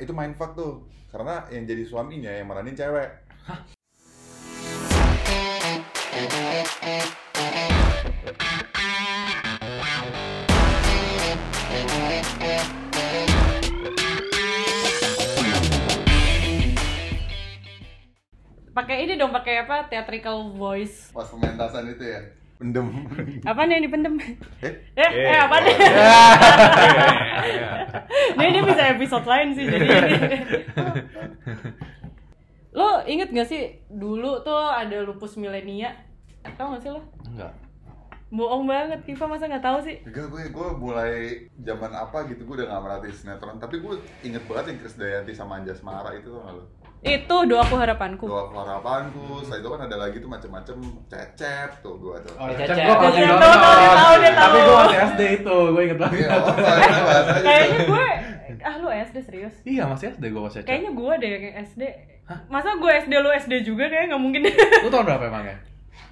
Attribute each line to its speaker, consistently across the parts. Speaker 1: itu mindfuck tuh karena yang jadi suaminya yang meranin cewek
Speaker 2: pakai ini dong pakai apa theatrical voice
Speaker 1: pas pementasan itu ya pendem
Speaker 2: apa nih yang dipendem
Speaker 1: eh
Speaker 2: eh, eh apa nih ini dia bisa episode lain sih jadi ini. lo inget gak sih dulu tuh ada lupus milenia tau gak sih lo
Speaker 3: Enggak.
Speaker 2: bohong banget Kiva masa nggak tahu sih
Speaker 1: Enggak gue, gue mulai zaman apa gitu gue udah gak merhatiin sinetron Tapi gue inget banget yang Krisdayanti sama Anjas Mara itu tuh lo
Speaker 2: itu doaku harapanku
Speaker 1: Doa harapanku, setelah itu kan ada lagi tuh macem-macem Cecep tuh gue tuh
Speaker 2: iya.
Speaker 3: Oh,
Speaker 4: Cecep.
Speaker 3: Cecep. Gua masih
Speaker 2: Cecep,
Speaker 3: nonton.
Speaker 2: tahu, dia tahu, dia
Speaker 3: Tapi
Speaker 2: tahu.
Speaker 3: gue masih SD itu, gue inget banget.
Speaker 1: Iya, apa itu bahasanya
Speaker 2: kayaknya gue ah lu SD serius
Speaker 3: Iya, masih SD gue pas Cecep.
Speaker 2: kayaknya gue deh yang SD masa gue SD lu SD juga kayak nggak mungkin
Speaker 3: Lu tahun berapa ya? emangnya?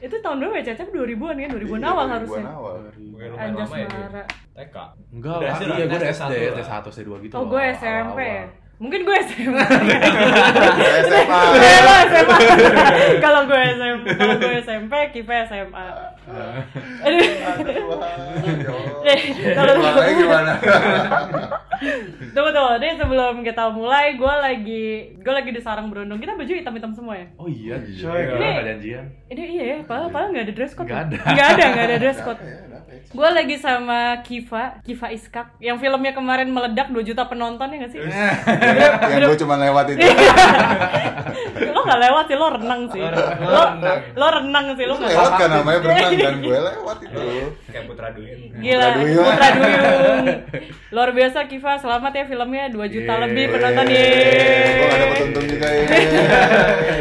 Speaker 2: itu tahun berapa ya Cecep 2000-an kan 2000-an
Speaker 1: Iya,
Speaker 2: awal
Speaker 1: 2000-an
Speaker 2: harusnya
Speaker 1: awal.
Speaker 4: Bukan lumayan
Speaker 2: Anjas
Speaker 4: lama ya dia.
Speaker 2: Mara
Speaker 4: TK.
Speaker 3: Enggak
Speaker 4: Udah
Speaker 3: lah,
Speaker 4: SD lah,
Speaker 3: iya gue udah SD,
Speaker 4: SD lah.
Speaker 3: SD 1, SD 2 gitu
Speaker 2: Oh,
Speaker 3: loh,
Speaker 2: gue
Speaker 3: awal-awal.
Speaker 2: SMP ya? Mungkin gue SMP.
Speaker 1: Gue SMA
Speaker 2: Eh, lo SMA. Kalau gue SMP, kalau gue SMP, Kipa SMA. Aduh.
Speaker 1: Aduh, Tuhan, ya
Speaker 2: Eh,
Speaker 1: Allah.
Speaker 2: tunggu,
Speaker 1: Belakangnya gimana?
Speaker 2: Tunggu tunggu, ini sebelum kita mulai, gue lagi gue lagi di sarang berondong. Kita baju hitam-hitam semua ya?
Speaker 3: Oh iya,
Speaker 1: Iya.
Speaker 3: coy,
Speaker 4: Ini-
Speaker 3: gue gak janjian
Speaker 2: Ini iya ya, padahal padahal nggak ada dress code.
Speaker 3: Nggak ada.
Speaker 2: Nggak ada, nggak ada dress code.
Speaker 1: Kenapa ya, kenapa ya?
Speaker 2: Gue lagi sama Kiva, Kiva Iskak, yang filmnya kemarin meledak 2 juta penonton ya nggak sih?
Speaker 1: Ya, Yang gue cuma lewat itu Iya.
Speaker 2: lo nggak lewat sih, lo renang sih.
Speaker 4: Lo renang.
Speaker 2: Lo, lo renang sih, lo
Speaker 1: Lu
Speaker 2: nggak
Speaker 1: Oh,
Speaker 2: Iya.
Speaker 1: lewat kan namanya berenang dan gue lewat itu
Speaker 4: Kayak Putra Duyung.
Speaker 2: Gila,
Speaker 1: Putra Duyung.
Speaker 2: Putra Duyung. Luar biasa Kiva, selamat ya filmnya 2 juta
Speaker 3: Yeay.
Speaker 2: lebih penonton nih.
Speaker 1: Gue gak Eh, ada petuntung juga ya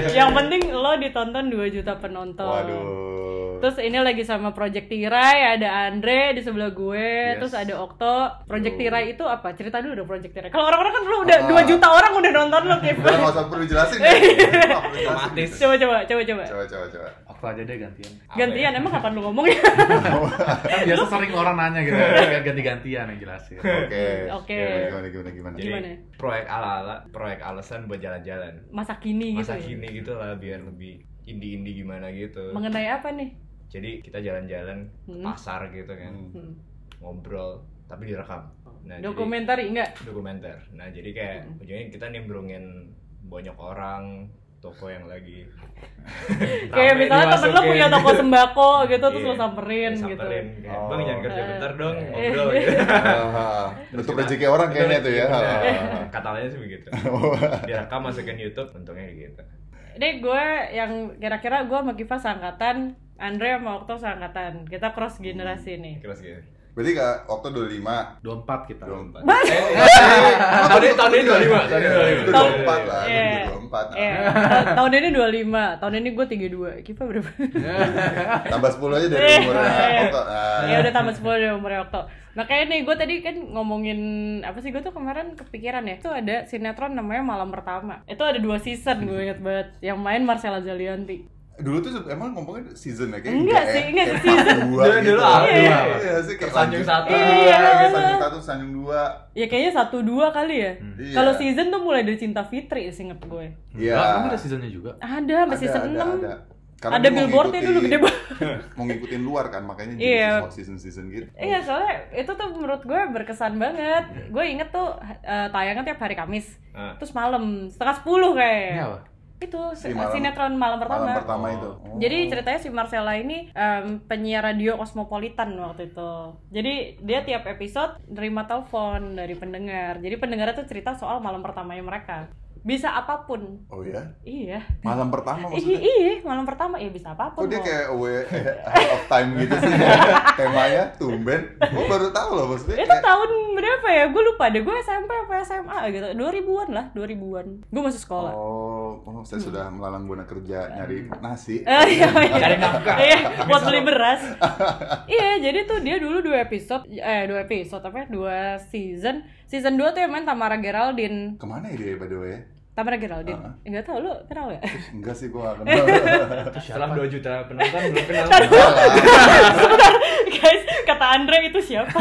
Speaker 2: Yang penting lo ditonton 2 juta penonton.
Speaker 1: Waduh.
Speaker 2: Terus ini lagi sama Project Tirai, ada Andre di sebelah gue,
Speaker 3: Yes.
Speaker 2: terus ada Okto. Project
Speaker 1: Yo.
Speaker 2: Tirai itu apa? Cerita dulu dong Project Tirai. Kalau orang-orang kan lu udah
Speaker 1: Ah.
Speaker 2: 2 juta orang udah nonton lo, Kiva.
Speaker 1: Udah nggak usah perlu jelasin. Nggak perlu jelasin.
Speaker 4: Otomatis.
Speaker 2: Coba coba, coba coba.
Speaker 1: Coba coba coba.
Speaker 3: Waktu aja deh gantian
Speaker 4: ya?
Speaker 2: Gantian, emang kapan lu ngomong ya?
Speaker 3: Kan biasa sering orang nanya gitu, kayak ganti-gantian yang gitu. jelasin
Speaker 1: Oke.
Speaker 2: Oke.
Speaker 1: Gimana gimana gimana.
Speaker 4: Jadi
Speaker 2: Gimana?
Speaker 4: proyek ala-ala, proyek alasan buat jalan-jalan.
Speaker 2: Masa kini gitu.
Speaker 4: Masa
Speaker 2: ya?
Speaker 4: kini gitu lah biar lebih indie-indie gimana gitu.
Speaker 2: Mengenai apa nih?
Speaker 4: Jadi kita jalan-jalan ke
Speaker 2: Hmm.
Speaker 4: pasar gitu kan,
Speaker 1: Hmm.
Speaker 2: Hmm.
Speaker 4: ngobrol tapi direkam. Nah, jadi-
Speaker 2: Dokumentari enggak?
Speaker 4: dokumenter. Nah, jadi kayak
Speaker 2: Hmm.
Speaker 4: ujungnya kita nimbrungin banyak orang toko yang lagi
Speaker 2: Kayak misalnya temen lo punya toko sembako gitu terus lo
Speaker 4: Iya,
Speaker 2: samperin,
Speaker 4: ya, samperin
Speaker 2: gitu.
Speaker 4: kayak, Bang jangan
Speaker 1: Oh.
Speaker 4: kerja bentar dong,
Speaker 2: Eh.
Speaker 4: ngobrol gitu.
Speaker 1: Ah, Nutup rezeki orang kayaknya tuh ya.
Speaker 4: Bener.
Speaker 1: Ah.
Speaker 4: Katanya sih begitu. Direkam masukin YouTube, untungnya gitu.
Speaker 2: Ini gue yang kira-kira gue sama Kiva seangkatan, Andre sama Okto seangkatan. Kita cross generasi nih.
Speaker 4: Keras gitu.
Speaker 1: Berarti kak waktu 25
Speaker 3: 24 kita
Speaker 1: 24.
Speaker 4: Eh, Tahun ini tahun ini 25, tahun ini
Speaker 1: Itu
Speaker 4: 25.
Speaker 1: 24 lah, itu
Speaker 2: Iya.
Speaker 1: 24.
Speaker 2: Eh, ta- tahun ini 25, tahun ini gue 32. Kiva berapa?
Speaker 1: Tambah 10 aja dari
Speaker 2: Eh.
Speaker 1: umurnya.
Speaker 2: Eh.
Speaker 1: Kok, ah.
Speaker 2: ya udah tambah 10 dari umurnya Okto. Makanya nih gue tadi kan ngomongin apa sih gue tuh kemarin kepikiran ya. Itu ada sinetron namanya Malam Pertama. Itu ada dua season gue inget banget. Yang main Marcella Zalianti.
Speaker 1: Dulu tuh emang ngomongnya season ya kayak
Speaker 2: Enggak
Speaker 1: tiga ya?
Speaker 2: sih, enggak sih
Speaker 1: Kayak
Speaker 2: season.
Speaker 1: part dua
Speaker 4: Dulu-
Speaker 1: gitu.
Speaker 4: dulu apa?
Speaker 1: Iya, Iya sih kayak
Speaker 4: Sanjung
Speaker 1: lanjut.
Speaker 4: satu.
Speaker 2: Iya.
Speaker 1: Kayak Sanjung satu, Sanjung dua.
Speaker 2: Ya kayaknya satu dua kali ya.
Speaker 1: Iya.
Speaker 2: Kalau season tuh mulai dari Cinta Fitri seinget gue.
Speaker 1: Iya.
Speaker 3: Enggak, kamu ada seasonnya juga
Speaker 2: Ada,
Speaker 1: Ada,
Speaker 2: masih season
Speaker 1: ada,
Speaker 2: 6.
Speaker 1: ada.
Speaker 2: Ada,
Speaker 1: Karena dia mau
Speaker 2: billboardnya dulu
Speaker 1: ngikutin-
Speaker 2: gede banget.
Speaker 1: mau ngikutin luar kan makanya jadi
Speaker 2: Iya.
Speaker 1: season season gitu
Speaker 2: Iya, soalnya itu tuh menurut gue
Speaker 1: Iya.
Speaker 2: berkesan banget. Gue inget tuh eh, tayangnya tiap hari Kamis.
Speaker 4: Ah.
Speaker 2: Terus malam, setengah sepuluh
Speaker 3: Ini apa?
Speaker 2: kayak. Itu
Speaker 1: Si
Speaker 2: si-
Speaker 1: malam-
Speaker 2: sinetron malam pertama.
Speaker 1: malam pertama itu Oh.
Speaker 2: Jadi ceritanya si Marcella ini em, penyiar radio kosmopolitan waktu itu. Jadi dia tiap episode nerima telepon dari pendengar. Jadi pendengar tuh cerita soal malam pertamanya mereka. Bisa apapun.
Speaker 1: oh ya
Speaker 2: Iya.
Speaker 1: malam pertama
Speaker 2: Iya,
Speaker 1: maksudnya
Speaker 2: iya, malam pertama ya bisa
Speaker 1: Kok
Speaker 2: apapun.
Speaker 1: dia
Speaker 2: mau.
Speaker 1: kayak away out of time gitu sih temanya tumben gue baru tahu loh maksudnya
Speaker 2: itu
Speaker 1: kayak,
Speaker 2: tahun berapa ya? Gue lupa deh. Gue SMP apa SMA gitu. 2000-an lah, 2000-an. Gue masih sekolah.
Speaker 1: oh oh, saya sudah melalang buana kerja nyari nasi
Speaker 2: Eh, iya, iya.
Speaker 4: Cari nafkah.
Speaker 2: Iya, buat beli beras. iya, jadi tuh dia dulu dua episode eh dua episode apa ya? Dua season. Season 2 tuh yang main Tamara Geraldine.
Speaker 1: kemana ya dia by the way
Speaker 2: Tamara Geraldine.
Speaker 1: Ah.
Speaker 2: Enggak tahu lu kenal nggak?
Speaker 1: Enggak sih gua
Speaker 2: Eh,
Speaker 1: gak kenal.
Speaker 4: Setelah 2 juta penonton belum kenal.
Speaker 2: Guys, kata Andre itu siapa?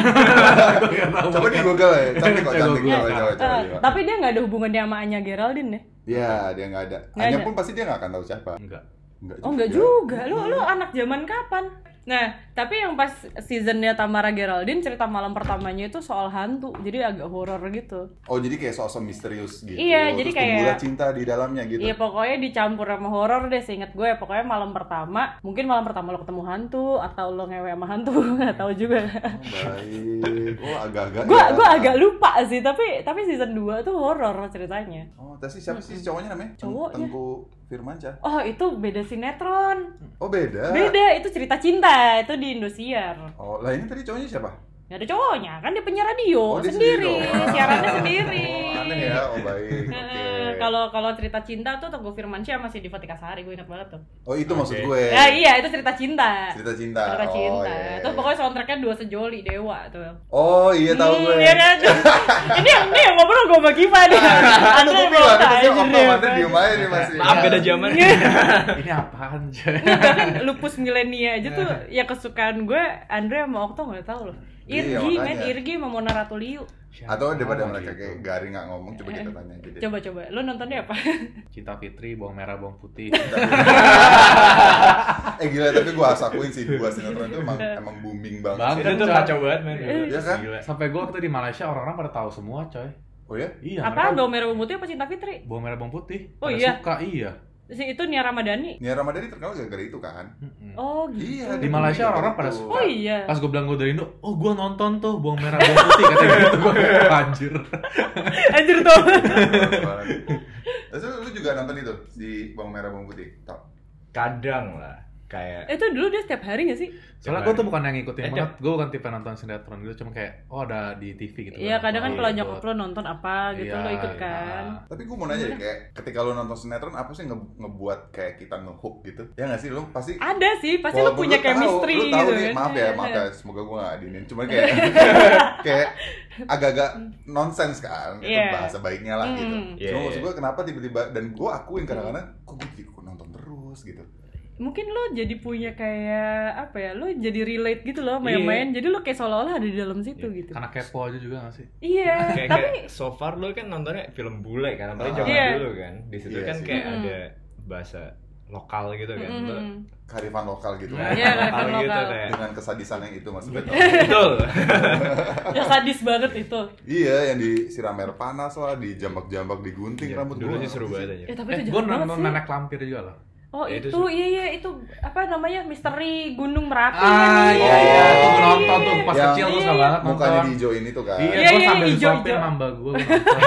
Speaker 1: Coba di Google ya, cantik kok,
Speaker 3: Coba
Speaker 1: cantik
Speaker 3: Google.
Speaker 1: coba, coba, coba,
Speaker 2: Eh,
Speaker 1: coba.
Speaker 2: tapi dia nggak ada hubungannya sama Anya Geraldine ya?
Speaker 1: Ya, dia nggak ada.
Speaker 2: Nggak
Speaker 1: Hanya
Speaker 2: ada.
Speaker 1: pun pasti dia nggak akan tahu siapa.
Speaker 3: Enggak.
Speaker 1: Enggak
Speaker 2: Oh nggak juga, lu lu anak zaman kapan? Nah, tapi yang pas seasonnya Tamara Geraldine cerita malam pertamanya itu soal hantu, jadi agak horor gitu.
Speaker 1: Oh, jadi kayak sosok misterius gitu.
Speaker 2: Iya,
Speaker 1: Terus
Speaker 2: jadi
Speaker 1: tumbuhlah
Speaker 2: kayak-
Speaker 1: cinta di dalamnya gitu.
Speaker 2: Iya pokoknya dicampur sama horor deh, seingat gue. Pokoknya malam pertama, mungkin malam pertama lo ketemu hantu atau lo ngewe sama hantu, nggak tahu juga.
Speaker 1: Oh, Baik. Oh, agak-agak.
Speaker 2: gue
Speaker 1: ya.
Speaker 2: gue agak lupa sih, tapi tapi season 2 tuh horor ceritanya.
Speaker 1: Oh, tadi siapa sih cowoknya namanya? Teng-
Speaker 2: Cowoknya.
Speaker 1: Tengku Firmansyah.
Speaker 2: Oh itu beda sinetron,
Speaker 1: Oh, beda.
Speaker 2: beda itu cerita cinta itu di Indosiar.
Speaker 1: Oh, lah ini tadi cowoknya siapa?
Speaker 2: Gak ada cowoknya, kan dia penyiar
Speaker 1: Oh,
Speaker 2: radio
Speaker 1: dia
Speaker 2: sendiri,
Speaker 1: sendiri dong.
Speaker 2: siarannya sendiri.
Speaker 1: Oh, aneh ya. Oh, baik. Oke.
Speaker 2: Eh, Kalau kalau cerita cinta tuh Teguh Firmansyah masih di Fatika Sari, gue ingat banget tuh.
Speaker 1: Oh, itu maksud
Speaker 4: Oke.
Speaker 1: gue.
Speaker 2: Ya iya, itu cerita cinta.
Speaker 1: Cerita cinta.
Speaker 2: Cerita
Speaker 1: Oh,
Speaker 2: cinta.
Speaker 1: iya, iya,
Speaker 2: Terus
Speaker 1: iya.
Speaker 2: pokoknya soundtracknya dua sejoli dewa tuh.
Speaker 1: Oh, iya tahu
Speaker 2: Hmm,
Speaker 1: gue.
Speaker 2: iya kan? ini yang ini yang ngobrol gue bagi Giva nih.
Speaker 1: Kan
Speaker 2: Andre
Speaker 1: gue
Speaker 2: mau
Speaker 1: bilang, itu sih
Speaker 2: tanya
Speaker 1: oknum,
Speaker 2: dia,
Speaker 1: Andre diem aja nih Iya. masih.
Speaker 4: Maaf beda zaman.
Speaker 2: Iya.
Speaker 3: Ini apaan, Jay?
Speaker 2: Nggak, bahkan lupus milenia aja tuh ya kesukaan gue Andre sama Okto nggak tahu loh.
Speaker 1: Iya,
Speaker 2: Irgi
Speaker 1: makanya.
Speaker 2: men Irgi sama Mona Ratuliu.
Speaker 1: Atau
Speaker 3: Oh,
Speaker 1: daripada mereka
Speaker 3: gitu?
Speaker 1: kayak garing nggak ngomong, coba kita tanya aja deh.
Speaker 2: Coba coba, lo nontonnya apa?
Speaker 3: Cinta Fitri, bawang merah, bawang putih.
Speaker 1: eh gila tapi gue harus akuin sih dua sinetron itu emang emang booming banget.
Speaker 3: Bang.
Speaker 1: sih.
Speaker 4: Itu tuh kacau banget men.
Speaker 1: Iya kan?
Speaker 4: Gila.
Speaker 3: Sampai gue waktu di Malaysia orang-orang pada tahu semua, coy.
Speaker 1: Oh ya?
Speaker 3: Iya.
Speaker 2: apa
Speaker 3: mereka-
Speaker 2: Bau Merah Bau Putih apa Cinta Fitri?
Speaker 3: Bawang merah, bawang putih.
Speaker 2: Oh,
Speaker 3: Pada
Speaker 2: iya.
Speaker 3: Suka, iya.
Speaker 2: Si itu Nia Ramadhani.
Speaker 1: Nia Ramadhani terkenal gara-gara itu kan?
Speaker 3: Mm-mm.
Speaker 2: Oh gitu.
Speaker 1: Iya.
Speaker 3: Hmm. Di Malaysia orang-orang pada
Speaker 1: Gitu.
Speaker 3: suka.
Speaker 2: Oh iya.
Speaker 3: Pas gue bilang gue dari Indo, oh gue nonton tuh bawang merah, bawang putih katanya gitu gue anjir.
Speaker 2: Anjir tuh.
Speaker 1: Terus lu juga nonton itu di Bawang Merah Bawang Putih. Tau.
Speaker 4: Kadang lah kayak
Speaker 2: itu dulu dia setiap hari gak sih?
Speaker 3: Soalnya gue tuh bukan yang ngikutin
Speaker 4: Eh,
Speaker 3: banget, gue bukan tipe nonton sinetron gitu, cuma kayak oh ada di TV gitu.
Speaker 2: Iya kadang kan
Speaker 3: Oh,
Speaker 2: kalau
Speaker 3: gitu.
Speaker 2: nyokap lo nonton apa gitu
Speaker 3: Iya,
Speaker 2: lo ikut
Speaker 3: iya.
Speaker 2: kan.
Speaker 1: Tapi gue mau nanya deh, kayak ketika lu nonton sinetron, apa sih yang nge- ngebuat kayak kita ngehook gitu? Ya nggak sih, lu pasti
Speaker 2: Ada sih pasti lo
Speaker 1: Walaupun
Speaker 2: punya
Speaker 1: tahu-
Speaker 2: chemistry
Speaker 1: lu tahu
Speaker 2: gitu
Speaker 1: nih,
Speaker 2: kan.
Speaker 1: maaf ya, maaf ya, semoga gue gak adinin Cuma kayak, kayak agak-agak nonsense kan Itu
Speaker 2: Iya.
Speaker 1: bahasa baiknya lah gitu
Speaker 2: Hmm.
Speaker 1: Cuma
Speaker 4: Iya,
Speaker 1: maksud
Speaker 4: iya.
Speaker 1: gue kenapa tiba-tiba, dan gue akuin kadang-kadang Kok gue gitu, kok nonton terus gitu
Speaker 2: Mungkin lo jadi punya kayak apa ya? Lo jadi relate gitu loh main-main. Jadi lo kayak seolah-olah ada di dalam situ gitu.
Speaker 3: Karena kepo aja juga gak sih?
Speaker 2: Iya.
Speaker 4: kayak
Speaker 2: Tapi
Speaker 4: kayak so far lu kan nontonnya film bule kan,
Speaker 1: Ah.
Speaker 4: apalagi zaman
Speaker 2: Iya.
Speaker 4: dulu kan. Di situ
Speaker 1: Iya
Speaker 4: kan
Speaker 1: sih.
Speaker 4: kayak
Speaker 2: Mm.
Speaker 4: ada bahasa lokal gitu kan.
Speaker 2: Mm-mm.
Speaker 4: Lu-
Speaker 1: Karifan lokal gitu
Speaker 4: Nah,
Speaker 2: Iya, kan,
Speaker 4: lokal
Speaker 2: lokal.
Speaker 4: gitu kayak.
Speaker 1: Dengan kesadisan yang itu maksudnya
Speaker 2: Iya.
Speaker 4: Betul.
Speaker 2: ya sadis banget itu.
Speaker 1: Iya, yang disiram air panas lah, dijambak-jambak, digunting
Speaker 3: Iya,
Speaker 1: rambut
Speaker 4: Dulu
Speaker 1: gua.
Speaker 4: sih seru banget aja.
Speaker 2: Ya tapi
Speaker 3: Eh,
Speaker 2: itu
Speaker 3: gue
Speaker 2: jahat banget
Speaker 3: nonton
Speaker 2: sih.
Speaker 3: nenek lampir juga loh.
Speaker 2: Oh
Speaker 4: Ya,
Speaker 2: itu,
Speaker 4: itu
Speaker 2: iya iya itu apa namanya misteri Gunung Merapi kan?
Speaker 3: Ah iya iya, tuh gua nonton tuh pas
Speaker 1: Yang
Speaker 3: kecil gue suka banget
Speaker 1: Mukanya
Speaker 3: nonton.
Speaker 1: diijoin itu kan
Speaker 3: Iya,
Speaker 2: Iya,
Speaker 3: gue
Speaker 2: iya,
Speaker 3: sambil
Speaker 2: hijau,
Speaker 3: disuapin
Speaker 2: hijau.
Speaker 3: mamba gue.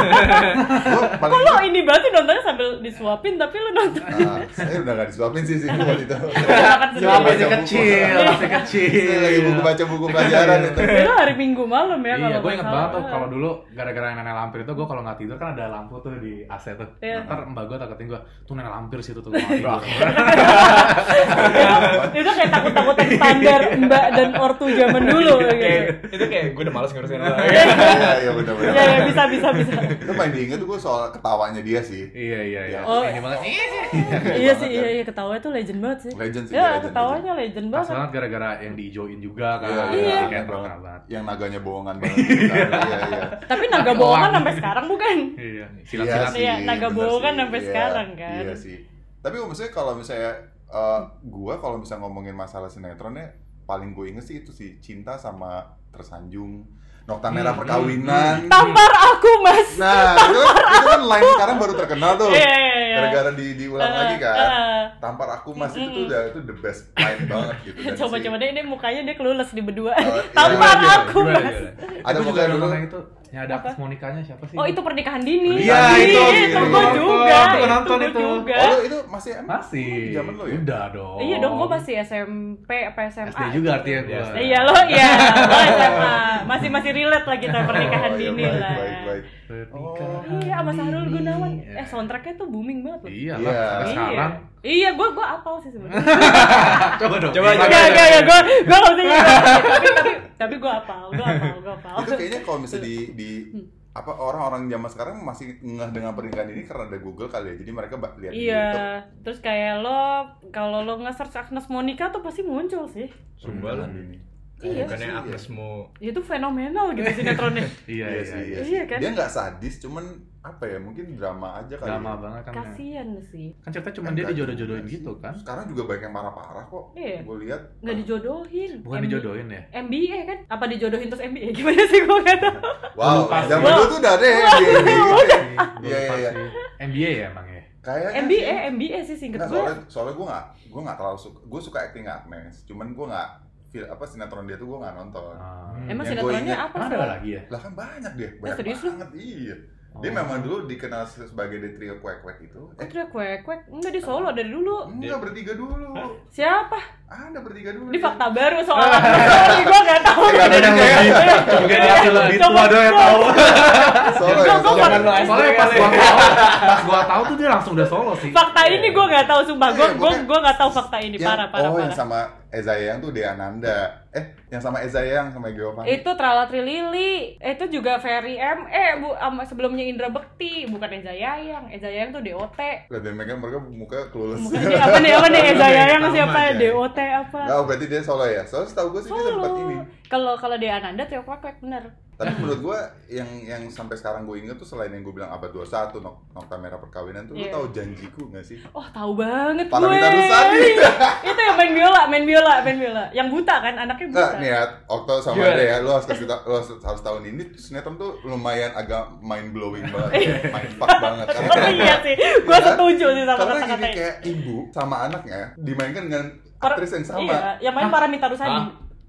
Speaker 1: Gua paling
Speaker 2: Kok lo ini banget sih nontonnya sambil disuapin tapi lo nonton
Speaker 1: Nah, saya udah gak disuapin sih sih waktu itu Jangan
Speaker 2: Makan
Speaker 1: baca buku.
Speaker 2: sendiri.
Speaker 1: iya.
Speaker 3: masih kecil.
Speaker 1: Saya lagi buku baca
Speaker 2: Iya.
Speaker 1: buku pelajaran itu
Speaker 2: Itu hari Minggu malam ya
Speaker 3: Iya,
Speaker 2: kalau
Speaker 3: gue
Speaker 2: nggak
Speaker 3: inget
Speaker 2: salah.
Speaker 3: banget tuh kalau dulu gara-gara yang nenek lampir itu gue kalau nggak tidur kan ada lampu tuh di AC tuh.
Speaker 2: Iya.
Speaker 3: Ntar mbak gue takutin gue, tuh nenek lampir situ tuh. gua nggak tidur.
Speaker 2: itu, itu kayak takut-takutan standar Mbak dan ortu zaman dulu gitu.
Speaker 4: Kayak- itu kayak gue udah malas ngurusin lu.
Speaker 1: Iya, iya benar-benar.
Speaker 2: Ya, ya bisa bisa bisa.
Speaker 1: Itu paling diinget tuh gue soal ketawanya dia sih.
Speaker 3: Iya iya iya.
Speaker 2: Oh.
Speaker 3: Ini banget. Ih,
Speaker 2: iya sih, iya iya ketawanya tuh legend banget sih.
Speaker 1: Legend sih,
Speaker 2: Ya,
Speaker 1: legend,
Speaker 2: ketawanya legend
Speaker 3: Pas
Speaker 2: banget.
Speaker 3: banget gara-gara yang diijoin juga kan.
Speaker 2: Iya.
Speaker 3: Kayak
Speaker 1: Yang
Speaker 3: terkenal
Speaker 1: banget.
Speaker 3: banget.
Speaker 1: Yang naganya bohongan banget. gitu kan. Iya, iya.
Speaker 2: Tapi naga
Speaker 3: Pakai
Speaker 2: bohongan
Speaker 3: uang.
Speaker 2: sampai sekarang bukan?
Speaker 3: Iya.
Speaker 1: Iya
Speaker 3: Silat-silat.
Speaker 1: sih,
Speaker 2: Iya, naga
Speaker 1: bener
Speaker 2: bohongan
Speaker 1: sih.
Speaker 2: sampai
Speaker 1: Iya,
Speaker 2: sekarang kan.
Speaker 1: Iya sih. Tapi maksudnya kalau misalnya eh, gua kalau bisa ngomongin masalah sinetronnya paling gue inget sih itu sih cinta sama tersanjung, nokta
Speaker 2: Hmm,
Speaker 1: merah perkawinan.
Speaker 2: Tampar aku, Mas.
Speaker 1: Nah, itu kan, itu kan line sekarang baru terkenal tuh.
Speaker 2: Iya, iya, iya.
Speaker 1: Gara-gara di diulang
Speaker 2: Eh,
Speaker 1: lagi kan.
Speaker 2: eh.
Speaker 1: Tampar aku mas itu tuh udah itu the best line banget gitu. Dan si-
Speaker 2: Coba-coba deh ini mukanya dia kelulus di berdua.
Speaker 1: Oh, iya.
Speaker 2: Tampar
Speaker 1: Gimana,
Speaker 2: aku,
Speaker 4: gimana,
Speaker 2: Mas.
Speaker 4: gimana?
Speaker 1: Ada
Speaker 3: Gua juga
Speaker 1: pokoknya dulu
Speaker 3: nonton yang itu. Yang ada Agnes Monikanya siapa sih?
Speaker 2: Oh itu pernikahan dini.
Speaker 1: Iya, itu.
Speaker 2: itu
Speaker 1: Itu
Speaker 2: gua
Speaker 1: gua
Speaker 2: juga.
Speaker 3: nonton, gua nonton
Speaker 2: gua
Speaker 3: itu.
Speaker 2: juga.
Speaker 1: Oh, itu masih emang?
Speaker 3: Masih.
Speaker 1: Zaman lu ya?
Speaker 3: Udah dong.
Speaker 2: Iya dong, gua masih SMP apa SMA.
Speaker 3: SD juga artinya gua.
Speaker 4: Iya,
Speaker 2: Iya lo, iya lo SMA masih masih relate lah kita pernikahan
Speaker 1: Oh, iya,
Speaker 2: dini
Speaker 1: baik,
Speaker 2: lah.
Speaker 1: Baik, baik.
Speaker 3: Pernikahan
Speaker 2: Iya, sama Sahrul
Speaker 3: dini.
Speaker 2: Gunawan.
Speaker 3: Iya.
Speaker 2: Eh soundtracknya tuh booming banget loh.
Speaker 3: Iya
Speaker 1: Iya.
Speaker 3: lah, sampai
Speaker 2: Iya.
Speaker 3: sekarang.
Speaker 2: Iya, gua gua apal sih sebenarnya.
Speaker 3: Coba dong. Iya,
Speaker 4: Coba,
Speaker 2: Enggak, enggak, enggak, gua gua enggak bisa nyanyi. tapi tapi tapi gua apal, gua apal, gua apal. Hmm.
Speaker 1: Itu kayaknya kalau misalnya di di apa orang-orang zaman sekarang masih ngeh dengan pernikahan ini karena ada Google kali ya. Jadi mereka ba- lihat di
Speaker 2: Iya,
Speaker 1: YouTube.
Speaker 2: terus kayak lo kalau lo nge-search Agnes Monica tuh pasti muncul sih.
Speaker 4: Sumba lu.
Speaker 1: Pernikahan ini.
Speaker 2: Iya.
Speaker 4: Bukannya
Speaker 1: Iya.
Speaker 4: Agnes mau
Speaker 2: Itu fenomenal gitu sinetronnya.
Speaker 3: Iya,
Speaker 1: Iya,
Speaker 3: iya,
Speaker 1: sih,
Speaker 3: iya.
Speaker 1: iya.
Speaker 2: Iya
Speaker 1: sih.
Speaker 2: kan?
Speaker 1: Dia nggak sadis, cuman apa ya? Mungkin drama aja kali.
Speaker 3: Drama
Speaker 1: ya.
Speaker 3: banget kan.
Speaker 2: Kasian sih.
Speaker 3: Kan cerita cuma dia
Speaker 1: Enggak
Speaker 3: dijodoh-jodohin
Speaker 1: juga sih.
Speaker 3: gitu kan.
Speaker 1: Sekarang juga banyak yang marah-parah kok.
Speaker 2: Iya.
Speaker 1: Gue lihat.
Speaker 2: Nggak dijodohin.
Speaker 3: Bukan
Speaker 2: M-
Speaker 3: dijodohin ya.
Speaker 2: MBA kan? Apa dijodohin terus MBA? Gimana sih gue nggak tahu.
Speaker 1: ah, Wow,
Speaker 3: Pasti.
Speaker 1: zaman dulu tuh udah ada ya. di- di- di- Iya,
Speaker 3: Iya,
Speaker 1: iya, iya.
Speaker 3: iya. MBA ya emang ya.
Speaker 1: Kayaknya
Speaker 2: MBA,
Speaker 1: sih.
Speaker 2: MBA sih singkat
Speaker 1: Nah,
Speaker 2: gue.
Speaker 1: soalnya soalnya gue nggak gue nggak terlalu suka gue suka acting Agnes cuman gue nggak feel apa sinetron dia tuh gue nggak nonton
Speaker 3: Ah.
Speaker 2: Emang
Speaker 4: Hmm.
Speaker 1: Yang gua
Speaker 2: sinetronnya
Speaker 1: ingat-
Speaker 2: apa
Speaker 3: Emang
Speaker 2: sih?
Speaker 3: Ada lagi ya?
Speaker 1: lah kan banyak dia banyak
Speaker 2: Eh, serius lu?
Speaker 1: banget iya
Speaker 3: Oh.
Speaker 1: dia memang dulu dikenal se- sebagai The Trio Kwek Kwek itu eh
Speaker 2: Putri kuek kuek enggak di Solo dari dulu.
Speaker 1: enggak bertiga dulu
Speaker 2: Siapa?
Speaker 1: ada bertiga dulu
Speaker 2: Ini fakta baru soalnya. Sorry, gue nggak tahu.
Speaker 1: Eh, nggak ada yang lebih-
Speaker 3: Iya, Mungkin dia yang lebih
Speaker 2: Coba
Speaker 3: tua doang yang
Speaker 2: gua-
Speaker 3: tahu.
Speaker 1: Solo
Speaker 2: Gua-
Speaker 1: ya
Speaker 2: gua-
Speaker 1: Solo.
Speaker 4: Jangan lo SD
Speaker 3: Soalnya pas
Speaker 4: kali.
Speaker 3: gua tahu, pas gua tahu tuh dia langsung udah solo sih.
Speaker 2: Fakta ini gue nggak tahu sumpah. Gue
Speaker 1: Iya,
Speaker 2: gue
Speaker 1: bukan.
Speaker 2: gue nggak tahu fakta ini
Speaker 1: Yang-
Speaker 2: parah parah
Speaker 1: oh yang
Speaker 2: parah.
Speaker 1: sama Eza Yang tuh Dea Nanda eh yang sama Eza Yang sama Giovanni
Speaker 2: Itu Trala Trilili, itu juga Ferry M, eh bu, ama sebelumnya Indra Bekti, bukan Eza Yayang, Eza Yayang tuh DOT.
Speaker 1: lah dan mereka mereka muka kelulus
Speaker 2: Mukanya apa nih apa nih Eza Yayang
Speaker 4: Sama
Speaker 2: siapa
Speaker 4: aja.
Speaker 2: DOT apa?
Speaker 1: Nah, berarti dia solo ya? Soalnya setahu gue sih dia
Speaker 2: Solo.
Speaker 1: sempat ini.
Speaker 2: Kalau kalau dia Ananda Tio Kwek Kwek bener.
Speaker 1: Tapi menurut gue yang yang sampai sekarang gue inget tuh selain yang gue bilang abad 21 nok nokta merah perkawinan tuh
Speaker 2: Iya.
Speaker 1: lu tahu janjiku gak sih?
Speaker 2: Oh tahu banget
Speaker 1: Paramitha
Speaker 2: gue.
Speaker 1: Rusady.
Speaker 2: itu yang main biola, main biola, main biola. Yang buta kan, anaknya buta.
Speaker 1: Enggak, nih ya, Okto sama
Speaker 4: Gimana?
Speaker 1: Andre ya, lu harus kasih tau, lu harus, harus tahu nih, ini sinetron tuh lumayan agak mind blowing banget, ya. mind fuck banget.
Speaker 2: Oh, iya sih, gue setuju sih sama
Speaker 1: Karena
Speaker 2: kata-kata
Speaker 1: gini kayak ibu sama anaknya dimainkan dengan
Speaker 2: Per-
Speaker 1: aktris yang sama.
Speaker 2: Iya, yang main Paramitha Rusady.
Speaker 4: Hah?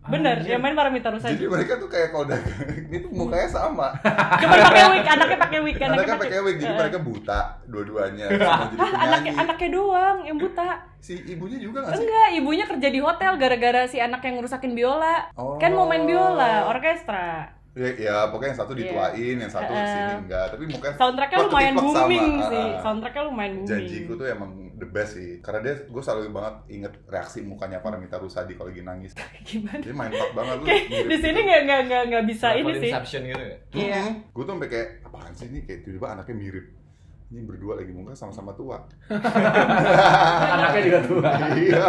Speaker 4: Ah, iya.
Speaker 2: Bener,
Speaker 3: Anjir.
Speaker 2: yang main Paramitha Rusady.
Speaker 1: Jadi mereka tuh kayak kalau dagang, ini tuh mukanya sama.
Speaker 2: Cuman pakai wig, anaknya pakai Eh, wig,
Speaker 1: Anaknya pakai wig, jadi mereka buta dua-duanya. Sama jadi
Speaker 2: Ah, anaknya
Speaker 1: penyanyi.
Speaker 2: anaknya doang yang buta.
Speaker 1: Si ibunya juga gak sih?
Speaker 2: Enggak, ibunya kerja di hotel gara-gara si anak yang ngerusakin biola. Kan mau main biola, Iya. orkestra.
Speaker 1: Oh. Ya, ya, pokoknya yang satu dituain, yang satu
Speaker 2: Eh, eh.
Speaker 1: kesini enggak. Tapi mukanya
Speaker 2: Soundtracknya
Speaker 1: plot to
Speaker 2: lumayan
Speaker 1: plot sama.
Speaker 2: booming
Speaker 1: Ah,
Speaker 2: sih.
Speaker 1: ah.
Speaker 2: Soundtracknya lumayan booming.
Speaker 1: Janjiku tuh emang the best sih. Karena dia, gue selalu banget inget reaksi mukanya Paramita Rusadi kalau lagi nangis.
Speaker 2: Gimana?
Speaker 1: Dia main fuck banget gitu. lu.
Speaker 2: Kayak di sini nggak nggak nggak nggak bisa ini
Speaker 4: level
Speaker 2: sih.
Speaker 4: Inception gitu ya?
Speaker 2: Iya.
Speaker 1: Gue tuh sampai kayak apaan sih ini kayak tiba-tiba anaknya mirip. Ini berdua lagi muka sama-sama tua.
Speaker 3: Anaknya juga tua.
Speaker 1: Iya.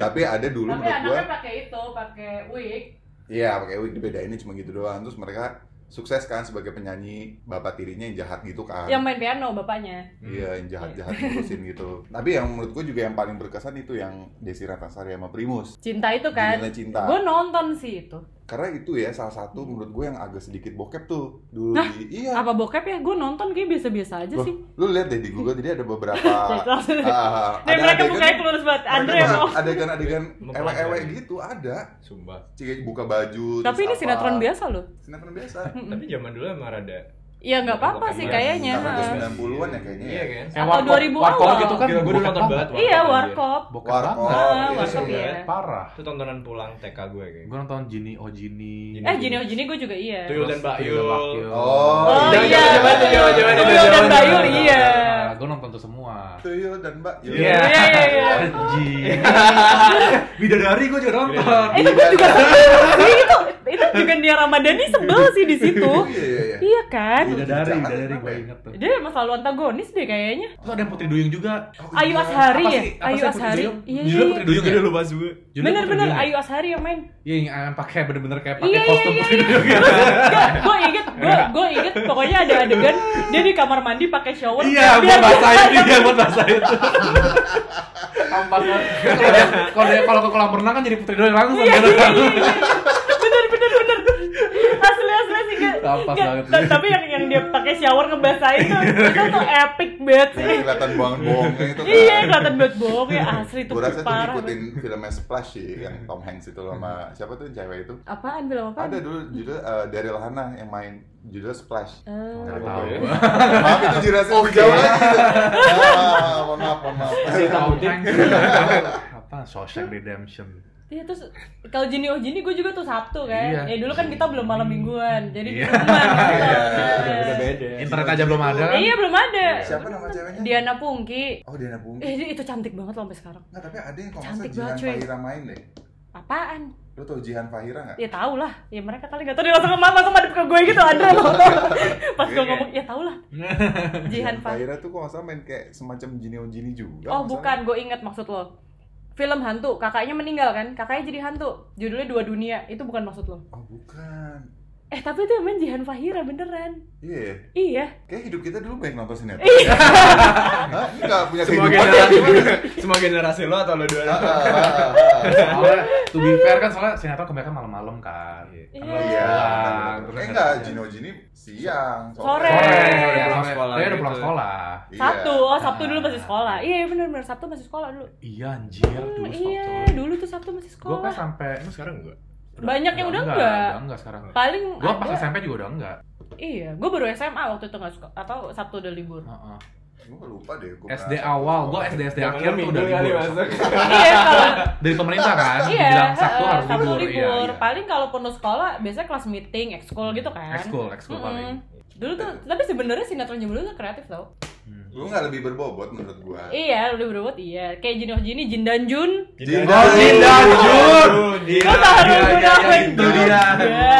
Speaker 1: Tapi ada dulu
Speaker 2: Tapi
Speaker 1: menurut gue.
Speaker 2: anaknya pakai itu, pakai wig.
Speaker 1: Iya, pakai wig dibedainnya cuma gitu doang. Terus mereka sukses kan sebagai penyanyi bapak tirinya yang jahat gitu kan.
Speaker 2: Yang main piano bapaknya.
Speaker 4: Hmm,
Speaker 1: Iya, yang jahat-jahat ngurusin gitu. Tapi yang menurut gue juga yang paling berkesan itu yang Desi Ratnasari sama Primus.
Speaker 2: Cinta itu kan.
Speaker 1: Judulnya cinta.
Speaker 2: Gue nonton sih itu.
Speaker 1: Karena itu ya salah satu menurut gue yang agak sedikit bokep tuh dulu.
Speaker 2: Hah?
Speaker 1: di- iya.
Speaker 2: Apa bokep ya? Gue nonton kayak biasa-biasa aja
Speaker 1: Loh,
Speaker 2: sih.
Speaker 1: lu lihat deh di Google jadi ada beberapa
Speaker 2: Langsung-
Speaker 1: ah,
Speaker 2: Dan mereka
Speaker 1: adegan-
Speaker 2: mukanya kelurus banget.
Speaker 1: mereka
Speaker 2: Andre
Speaker 1: mah
Speaker 2: mau.
Speaker 1: adegan-adegan
Speaker 4: Mempelajari.
Speaker 1: ewe-ewe gitu ada.
Speaker 4: Sumba.
Speaker 1: Cik buka baju.
Speaker 2: Tapi
Speaker 1: terus
Speaker 2: ini
Speaker 1: apa.
Speaker 2: sinetron biasa Hmm. loh.
Speaker 1: Sinetron biasa.
Speaker 4: Tapi zaman dulu emang rada
Speaker 2: Ya nggak apa-apa sih
Speaker 4: Bukan
Speaker 2: kayaknya.
Speaker 1: Karena
Speaker 2: Heeh.
Speaker 1: udah 90-an ya kayaknya.
Speaker 4: Iya kan?
Speaker 3: Kayak
Speaker 2: Atau
Speaker 3: warkop-
Speaker 2: 2000
Speaker 3: warkop
Speaker 2: awal.
Speaker 3: gitu kan.
Speaker 4: Gila, gua dulu
Speaker 3: bokep
Speaker 4: nonton banget.
Speaker 2: Iya,
Speaker 4: anjir.
Speaker 2: warkop.
Speaker 3: Bokep
Speaker 1: Warkop.
Speaker 3: banget.
Speaker 2: Ah,
Speaker 4: iya,
Speaker 2: warkop
Speaker 4: iya.
Speaker 2: ya.
Speaker 3: Parah.
Speaker 4: Itu tontonan pulang TK gue kayaknya.
Speaker 3: Gue nonton Genie oh Genie.
Speaker 4: Genie.
Speaker 2: Eh, Jini Ojini gue juga iya.
Speaker 4: Tuyul dan Mbak
Speaker 1: Oh,
Speaker 4: Yul.
Speaker 2: Oh
Speaker 1: Jangan,
Speaker 2: iya.
Speaker 1: jangan, jangan, jangan, jangan,
Speaker 2: Tuyul
Speaker 1: jangan,
Speaker 2: dan
Speaker 1: jangan,
Speaker 2: Bayul
Speaker 1: jangan,
Speaker 2: iya.
Speaker 3: Gue nonton tuh semua.
Speaker 1: Tuyul dan Mbak Yul.
Speaker 4: Iya.
Speaker 2: Iya iya iya.
Speaker 3: Anjing. Bidadari gue juga nonton.
Speaker 1: Iya,
Speaker 2: Eh, itu gue juga sebel sih. Itu itu juga Nia Ramadhani sebel sih di situ.
Speaker 1: Iya, iya, iya.
Speaker 2: Iya kan?
Speaker 3: Bidadari,
Speaker 1: Jangan,
Speaker 3: bidadari
Speaker 1: kenapa
Speaker 3: gue
Speaker 1: ya?
Speaker 3: inget tuh.
Speaker 2: Dia emang selalu antagonis deh kayaknya.
Speaker 3: Terus ada yang Putri Duyung juga.
Speaker 1: Oh, iya.
Speaker 2: Ayu Ashari ya? Ayu Ashari. Iya
Speaker 3: Iya.
Speaker 2: iya.
Speaker 3: Putri Duyung ya?
Speaker 4: Udah lupa gue.
Speaker 3: Judulnya
Speaker 2: Bener
Speaker 3: Putri
Speaker 2: bener
Speaker 3: Duyung ya?
Speaker 2: Ayu Ashari yang main.
Speaker 3: Iya yang- yang pakai bener-bener kayak pakai
Speaker 2: Iya iya
Speaker 3: kostum
Speaker 2: iya.
Speaker 3: Putri Duyung.
Speaker 2: iya. Gue inget, gue inget pokoknya ada adegan dia di kamar mandi pakai shower.
Speaker 3: Iya, buat
Speaker 2: biar-
Speaker 3: bahasa itu, iya buat bahasa itu. Ampas banget. Kalau dia- Kalau dia- kalau ke kolam renang kan jadi putri doi langsung
Speaker 2: Iya,
Speaker 3: gitu
Speaker 2: iya,
Speaker 3: kan.
Speaker 2: iya, iya. bener bener bener asli asli sih gak,
Speaker 3: Rampas banget.
Speaker 2: tapi yang yang dia pakai shower ngebasahin tuh itu tuh epic banget
Speaker 1: Yang
Speaker 2: sih
Speaker 1: Iya, kelihatan bohong-bohongnya itu kan.
Speaker 2: iya kelihatan banget bohong ya asli itu
Speaker 1: Gue rasa tuh
Speaker 2: parah Hmm.
Speaker 1: ngikutin filmnya Splash sih, yang Tom Hanks itu sama siapa tuh yang cewek itu?
Speaker 2: apaan film apa
Speaker 1: Ada dulu judul eh, Daryl Hannah yang main judul Splash. Nggak
Speaker 2: Eh,
Speaker 3: tahu.
Speaker 1: Maaf itu jurasnya lebih jauh lagi. Ah, Mohon maaf, mohon maaf.
Speaker 2: Iya,
Speaker 3: Tom Hanks. Apa Shawshank Redemption.
Speaker 2: Iya terus kalau Jini oh Jini gue juga tuh Sabtu kan.
Speaker 3: Iya.
Speaker 2: Ya dulu kan kita belum malam mingguan. Jadi di
Speaker 3: Iya.
Speaker 2: rumah. gitu.
Speaker 1: Iya,
Speaker 2: Nah.
Speaker 4: beda.
Speaker 3: Internet aja belum ada kan.
Speaker 2: Iya belum ada.
Speaker 1: Siapa nama ceweknya?
Speaker 2: Diana Pungki.
Speaker 1: Oh, Diana Bumi.
Speaker 2: Eh, itu cantik banget loh sampai sekarang.
Speaker 1: Nggak, tapi ada yang kalau nggak
Speaker 2: Eh, Cantik
Speaker 1: salah Jihan
Speaker 2: banget, cuy.
Speaker 1: Fahira main deh.
Speaker 2: apaan?
Speaker 1: Lu tau Jihan Fahira nggak?
Speaker 2: Ya tau lah, ya mereka kali gak tau dia langsung ke langsung madep ke gue gitu Andre loh Pas gue ngomong, ya tau lah Jihan Fahira
Speaker 1: Fahira tuh kok nggak salah main kayak semacam Jinio Jini juga.
Speaker 2: Oh
Speaker 1: nggak
Speaker 2: bukan, gue inget maksud lo Film hantu, kakaknya meninggal kan? Kakaknya jadi hantu Judulnya Dua Dunia, itu bukan maksud lo
Speaker 1: salah. Oh bukan.
Speaker 2: Eh tapi itu yang main Jihan Fahira beneran
Speaker 1: Iya.
Speaker 2: Iya
Speaker 1: Kayak hidup kita dulu banyak nonton sinetron. Iya. Enggak punya
Speaker 4: semua
Speaker 1: kehidupan. Iya.
Speaker 4: generasi semua generasi lo atau lo
Speaker 1: Ah,
Speaker 4: dua
Speaker 1: ah, ah, ah.
Speaker 3: Soalnya, to be fair kan soalnya sinetron kebanyakan malam-malam kan.
Speaker 4: Iya.
Speaker 3: Kan
Speaker 2: Iya.
Speaker 3: malam
Speaker 1: Iya.
Speaker 3: pulang, terus
Speaker 1: Eh
Speaker 3: ada-
Speaker 1: enggak, Jino Jini siang.
Speaker 2: Sore.
Speaker 3: Sore,
Speaker 4: Sore,
Speaker 3: sore,
Speaker 2: iya.
Speaker 4: pulang
Speaker 3: sore. Dia
Speaker 4: sekolah
Speaker 3: udah
Speaker 4: gitu.
Speaker 3: pulang sekolah.
Speaker 1: Iya.
Speaker 2: Sabtu, oh Sabtu dulu masih sekolah Iya bener-bener, Sabtu masih sekolah dulu
Speaker 3: Iya anjir, dulu
Speaker 2: Hmm,
Speaker 3: Sabtu.
Speaker 2: Iya, dulu tuh Sabtu masih
Speaker 3: Gue kan
Speaker 2: sekolah
Speaker 3: sampai
Speaker 4: Emang sekarang enggak?
Speaker 2: Banyak yang udah enggak.
Speaker 3: Udah enggak sekarang.
Speaker 2: Paling
Speaker 3: Gue
Speaker 2: ada-
Speaker 3: pas SMP juga udah enggak.
Speaker 2: Iya, gue baru SMA waktu itu nggak suka atau Sabtu udah libur.
Speaker 3: Heeh.
Speaker 1: Gue lupa deh. gua
Speaker 3: SD
Speaker 1: pernah-
Speaker 3: awal, gue SD SD
Speaker 4: Jangan
Speaker 3: akhir tuh
Speaker 4: minggu
Speaker 3: udah
Speaker 4: kali
Speaker 3: libur.
Speaker 4: masuk.
Speaker 2: iya, kalau
Speaker 3: Dari pemerintah kan,
Speaker 2: iya,
Speaker 3: bilang Sabtu
Speaker 2: eh,
Speaker 3: harus
Speaker 2: Sabtu
Speaker 3: libur. Iya,
Speaker 2: libur.
Speaker 3: iya.
Speaker 2: Paling kalau penuh sekolah biasanya kelas meeting, ekskul gitu kan.
Speaker 3: Ekskul, ekskul
Speaker 2: Mm-mm.
Speaker 3: paling.
Speaker 2: Dulu tuh, tapi sebenarnya sinetron zaman dulu tuh kreatif tau.
Speaker 3: Hmm.
Speaker 1: Lu nggak lebih berbobot menurut gua.
Speaker 2: Iya, udah berbobot iya. Kayak Jin Oh Jini, Jin dan Jun.
Speaker 1: Jindan.
Speaker 3: Oh,
Speaker 2: Iya,
Speaker 3: Jindan,
Speaker 2: Lo
Speaker 3: Jun.
Speaker 2: tahu
Speaker 4: Jindan.
Speaker 3: iya, iya,
Speaker 2: gunakan.
Speaker 3: iya, itu dia.
Speaker 2: Iya.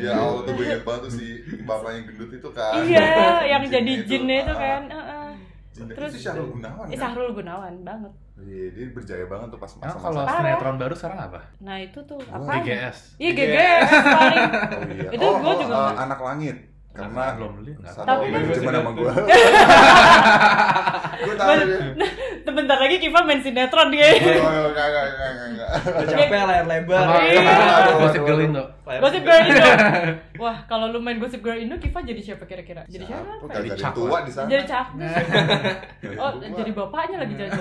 Speaker 1: Ya Allah tuh gue inget banget tuh si bapaknya gendut itu kan.
Speaker 2: Iya, yang jadi
Speaker 1: Jinnya
Speaker 2: Jinnya itu kan.
Speaker 1: ah.
Speaker 2: Heeh.
Speaker 1: Jinnya
Speaker 2: Terus-
Speaker 1: itu Syahrul Gunawan
Speaker 2: Eh,
Speaker 1: kan.
Speaker 2: Sahrul Gunawan banget.
Speaker 1: Iya, dia berjaya banget tuh pas
Speaker 3: Emang
Speaker 1: masa-masa.
Speaker 3: kalau
Speaker 2: Parah.
Speaker 3: sinetron baru sekarang apa?
Speaker 2: Nah itu tuh
Speaker 1: Wah,
Speaker 2: ya? apa?
Speaker 3: GS.
Speaker 2: Iya GGS paling.
Speaker 1: Oh, iya.
Speaker 2: Itu
Speaker 1: oh,
Speaker 2: gua
Speaker 1: oh,
Speaker 2: juga
Speaker 1: eh,
Speaker 2: nggak-
Speaker 1: anak langit. Karena
Speaker 3: belum beli, nggak
Speaker 1: satu
Speaker 3: tahu.
Speaker 2: Tapi-
Speaker 1: orang cuma nama gue. gue tahu
Speaker 2: Bener.
Speaker 1: dia.
Speaker 2: Bentar lagi Kiva main sinetron kayaknya.
Speaker 1: Oh, oh, enggak, enggak, enggak, enggak, enggak.
Speaker 4: Udah capek layar lebar.
Speaker 3: Sama
Speaker 2: Iya.
Speaker 3: sama gosip girl Indo.
Speaker 4: Layar
Speaker 2: Gosip
Speaker 4: lebar.
Speaker 2: Girl Indo. Wah, kalau lu main Gosip Girl Indo, Kiva jadi siapa kira-kira? Jadi
Speaker 1: Siapa?
Speaker 2: siapa?
Speaker 3: Jadi
Speaker 1: Kagak ada
Speaker 3: cakwe.
Speaker 1: tua di sana.
Speaker 2: Jadi cakdus. Oh,
Speaker 1: Tua.
Speaker 2: jadi bapaknya lagi jajan.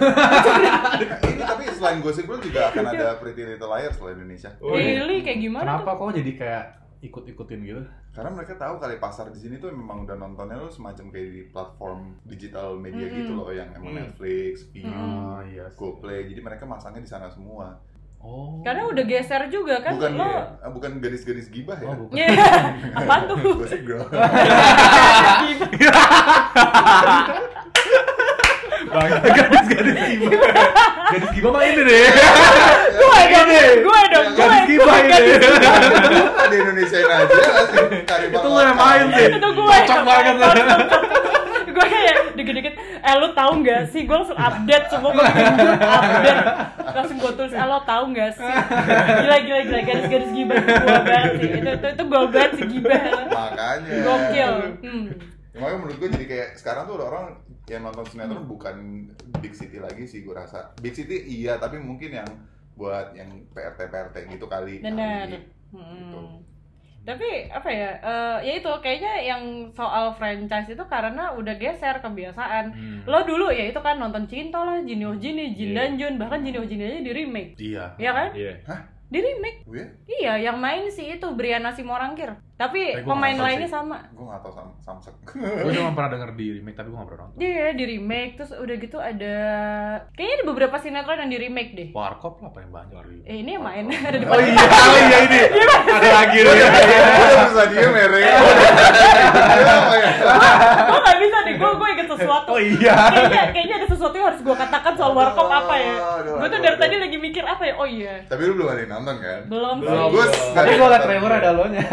Speaker 1: Ini tapi selain gosip lu juga akan ada Pretty Little Liars lah Indonesia.
Speaker 4: Oh, iya.
Speaker 2: Really kayak gimana tuh?
Speaker 3: Kenapa
Speaker 2: Hmm.
Speaker 3: kok jadi kayak ikut-ikutin gitu?
Speaker 1: Karena mereka tahu kali pasar di sini tuh memang udah nontonnya lu semacam kayak di platform digital media
Speaker 2: Mm-mm.
Speaker 1: gitu loh yang emang
Speaker 4: Mm.
Speaker 1: Netflix, Viu,
Speaker 2: Mm-mm.
Speaker 3: Ah, iya. sih.
Speaker 1: GoPlay. Jadi mereka masangnya di sana semua.
Speaker 3: Oh.
Speaker 2: Karena udah geser juga kan
Speaker 1: bukan
Speaker 2: lo.
Speaker 1: eh, bukan gadis-gadis gibah ya.
Speaker 3: Oh, bukan.
Speaker 2: Iya. Apaan tuh?
Speaker 1: Gosip girl.
Speaker 3: Bang, gadis gadis gibah. Gadis gibah mah ini deh.
Speaker 2: Gue dong, gue dong, gitu. gue
Speaker 3: Gadis gibah
Speaker 2: gue
Speaker 3: ini.
Speaker 2: gadis-
Speaker 1: di Indonesia aja nggak sih cari
Speaker 3: Itu lu yang main sih.
Speaker 2: Itu gue.
Speaker 3: Cocok banget.
Speaker 2: Gue kayak dikit-dikit, eh lo tau gak sih? Gue langsung update semua, gue update Langsung gue tulis, eh lo tau gak sih? Gila, gila, gila, garis-garis gibah gue banget sih Itu, itu, itu gue banget sih gibah
Speaker 1: makanya
Speaker 2: Gokil hmm.
Speaker 1: Ya, makanya menurut gue jadi kayak sekarang tuh orang yang nonton sinetron bukan big city lagi sih gue rasa big city iya tapi mungkin yang buat yang prt prt gitu kali
Speaker 2: Bener
Speaker 1: kali. Gitu.
Speaker 2: hmm. Tapi apa ya, eh, ya itu kayaknya yang soal franchise itu karena udah geser
Speaker 3: Hmm.
Speaker 2: kebiasaan Lo dulu ya itu kan nonton Cinta lah, Jin Oh Jin, Jin dan Jun Bahkan Jin Oh Jin aja di remake
Speaker 3: Iya.
Speaker 2: Iya kan?
Speaker 4: Iya.
Speaker 2: Di remake
Speaker 1: gue
Speaker 2: Iya, yang main sih itu Briana Simorangkir. Tapi
Speaker 3: Eh, gua
Speaker 2: pemain
Speaker 3: nonton
Speaker 2: lainnya
Speaker 3: sih.
Speaker 2: sama.
Speaker 1: gue nggak tau sam samsek
Speaker 3: Gue cuma pernah denger di remake tapi gue gak pernah nonton.
Speaker 2: Dia Iya, di remake terus udah gitu ada kayaknya ada beberapa sinetron yang di remake deh.
Speaker 3: Warkop lah paling banyak di remake.
Speaker 2: Eh ini yang main ada di
Speaker 1: Oh
Speaker 2: depan.
Speaker 1: iya, oh iya ini.
Speaker 3: Ada lagi loh.
Speaker 1: Udah bisa diem ya, Rey. Iya, apa ya?
Speaker 2: Gue gak bisa deh, gue gue inget sesuatu.
Speaker 3: iya. Oh iya.
Speaker 2: Kayaknya, kayaknya ada sesuatu yang harus gue katakan soal warkop apa ya.
Speaker 1: Aduh,
Speaker 2: Gue tuh
Speaker 1: aduh,
Speaker 2: dari
Speaker 1: aduh.
Speaker 2: tadi lagi mikir apa ya. Oh iya.
Speaker 1: Tapi lu belum ada yang nonton kan?
Speaker 2: Belum
Speaker 4: Belum.
Speaker 2: sih.
Speaker 1: Bagus.
Speaker 3: Tapi gue liat trailer ada lo nya.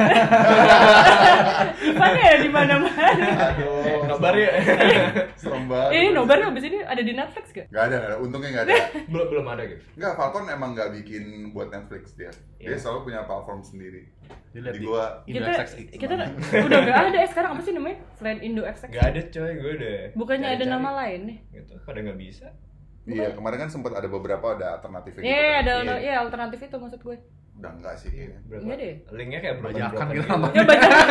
Speaker 2: Ivan ya di mana-mana.
Speaker 1: Aduh,
Speaker 4: Nobar ya?
Speaker 1: Serem banget.
Speaker 2: Ini nobarnya abis ini ada di Netflix gak?
Speaker 1: Gak ada, nggak ada. Untungnya gak ada.
Speaker 4: Belum belum ada gitu.
Speaker 1: Enggak, Falcon emang nggak bikin buat Netflix dia. Dia
Speaker 4: Iya.
Speaker 1: selalu punya platform sendiri.
Speaker 3: Dia liat
Speaker 1: Di
Speaker 3: di
Speaker 1: gua
Speaker 3: Indo
Speaker 2: Kita
Speaker 3: XX.
Speaker 2: kita udah gak ada eh sekarang apa sih namanya? Selain Indo XX.
Speaker 4: Gak ada coy, gue udah.
Speaker 2: Bukannya ada
Speaker 4: cari-cari.
Speaker 2: nama lain nih?
Speaker 4: Gitu, pada nggak bisa.
Speaker 1: Iya, kemarin kan sempat ada beberapa ada alternatif kan.
Speaker 2: Iya, ada
Speaker 4: Iya.
Speaker 2: iya alternatif itu maksud gue.
Speaker 1: Udah enggak sih kayaknya.
Speaker 4: Berapa?
Speaker 2: Iya deh.
Speaker 4: Linknya kayak
Speaker 3: Bajakan
Speaker 4: broken-broken
Speaker 3: gitu
Speaker 4: gitu.
Speaker 3: nonton.
Speaker 2: Ya bajakan.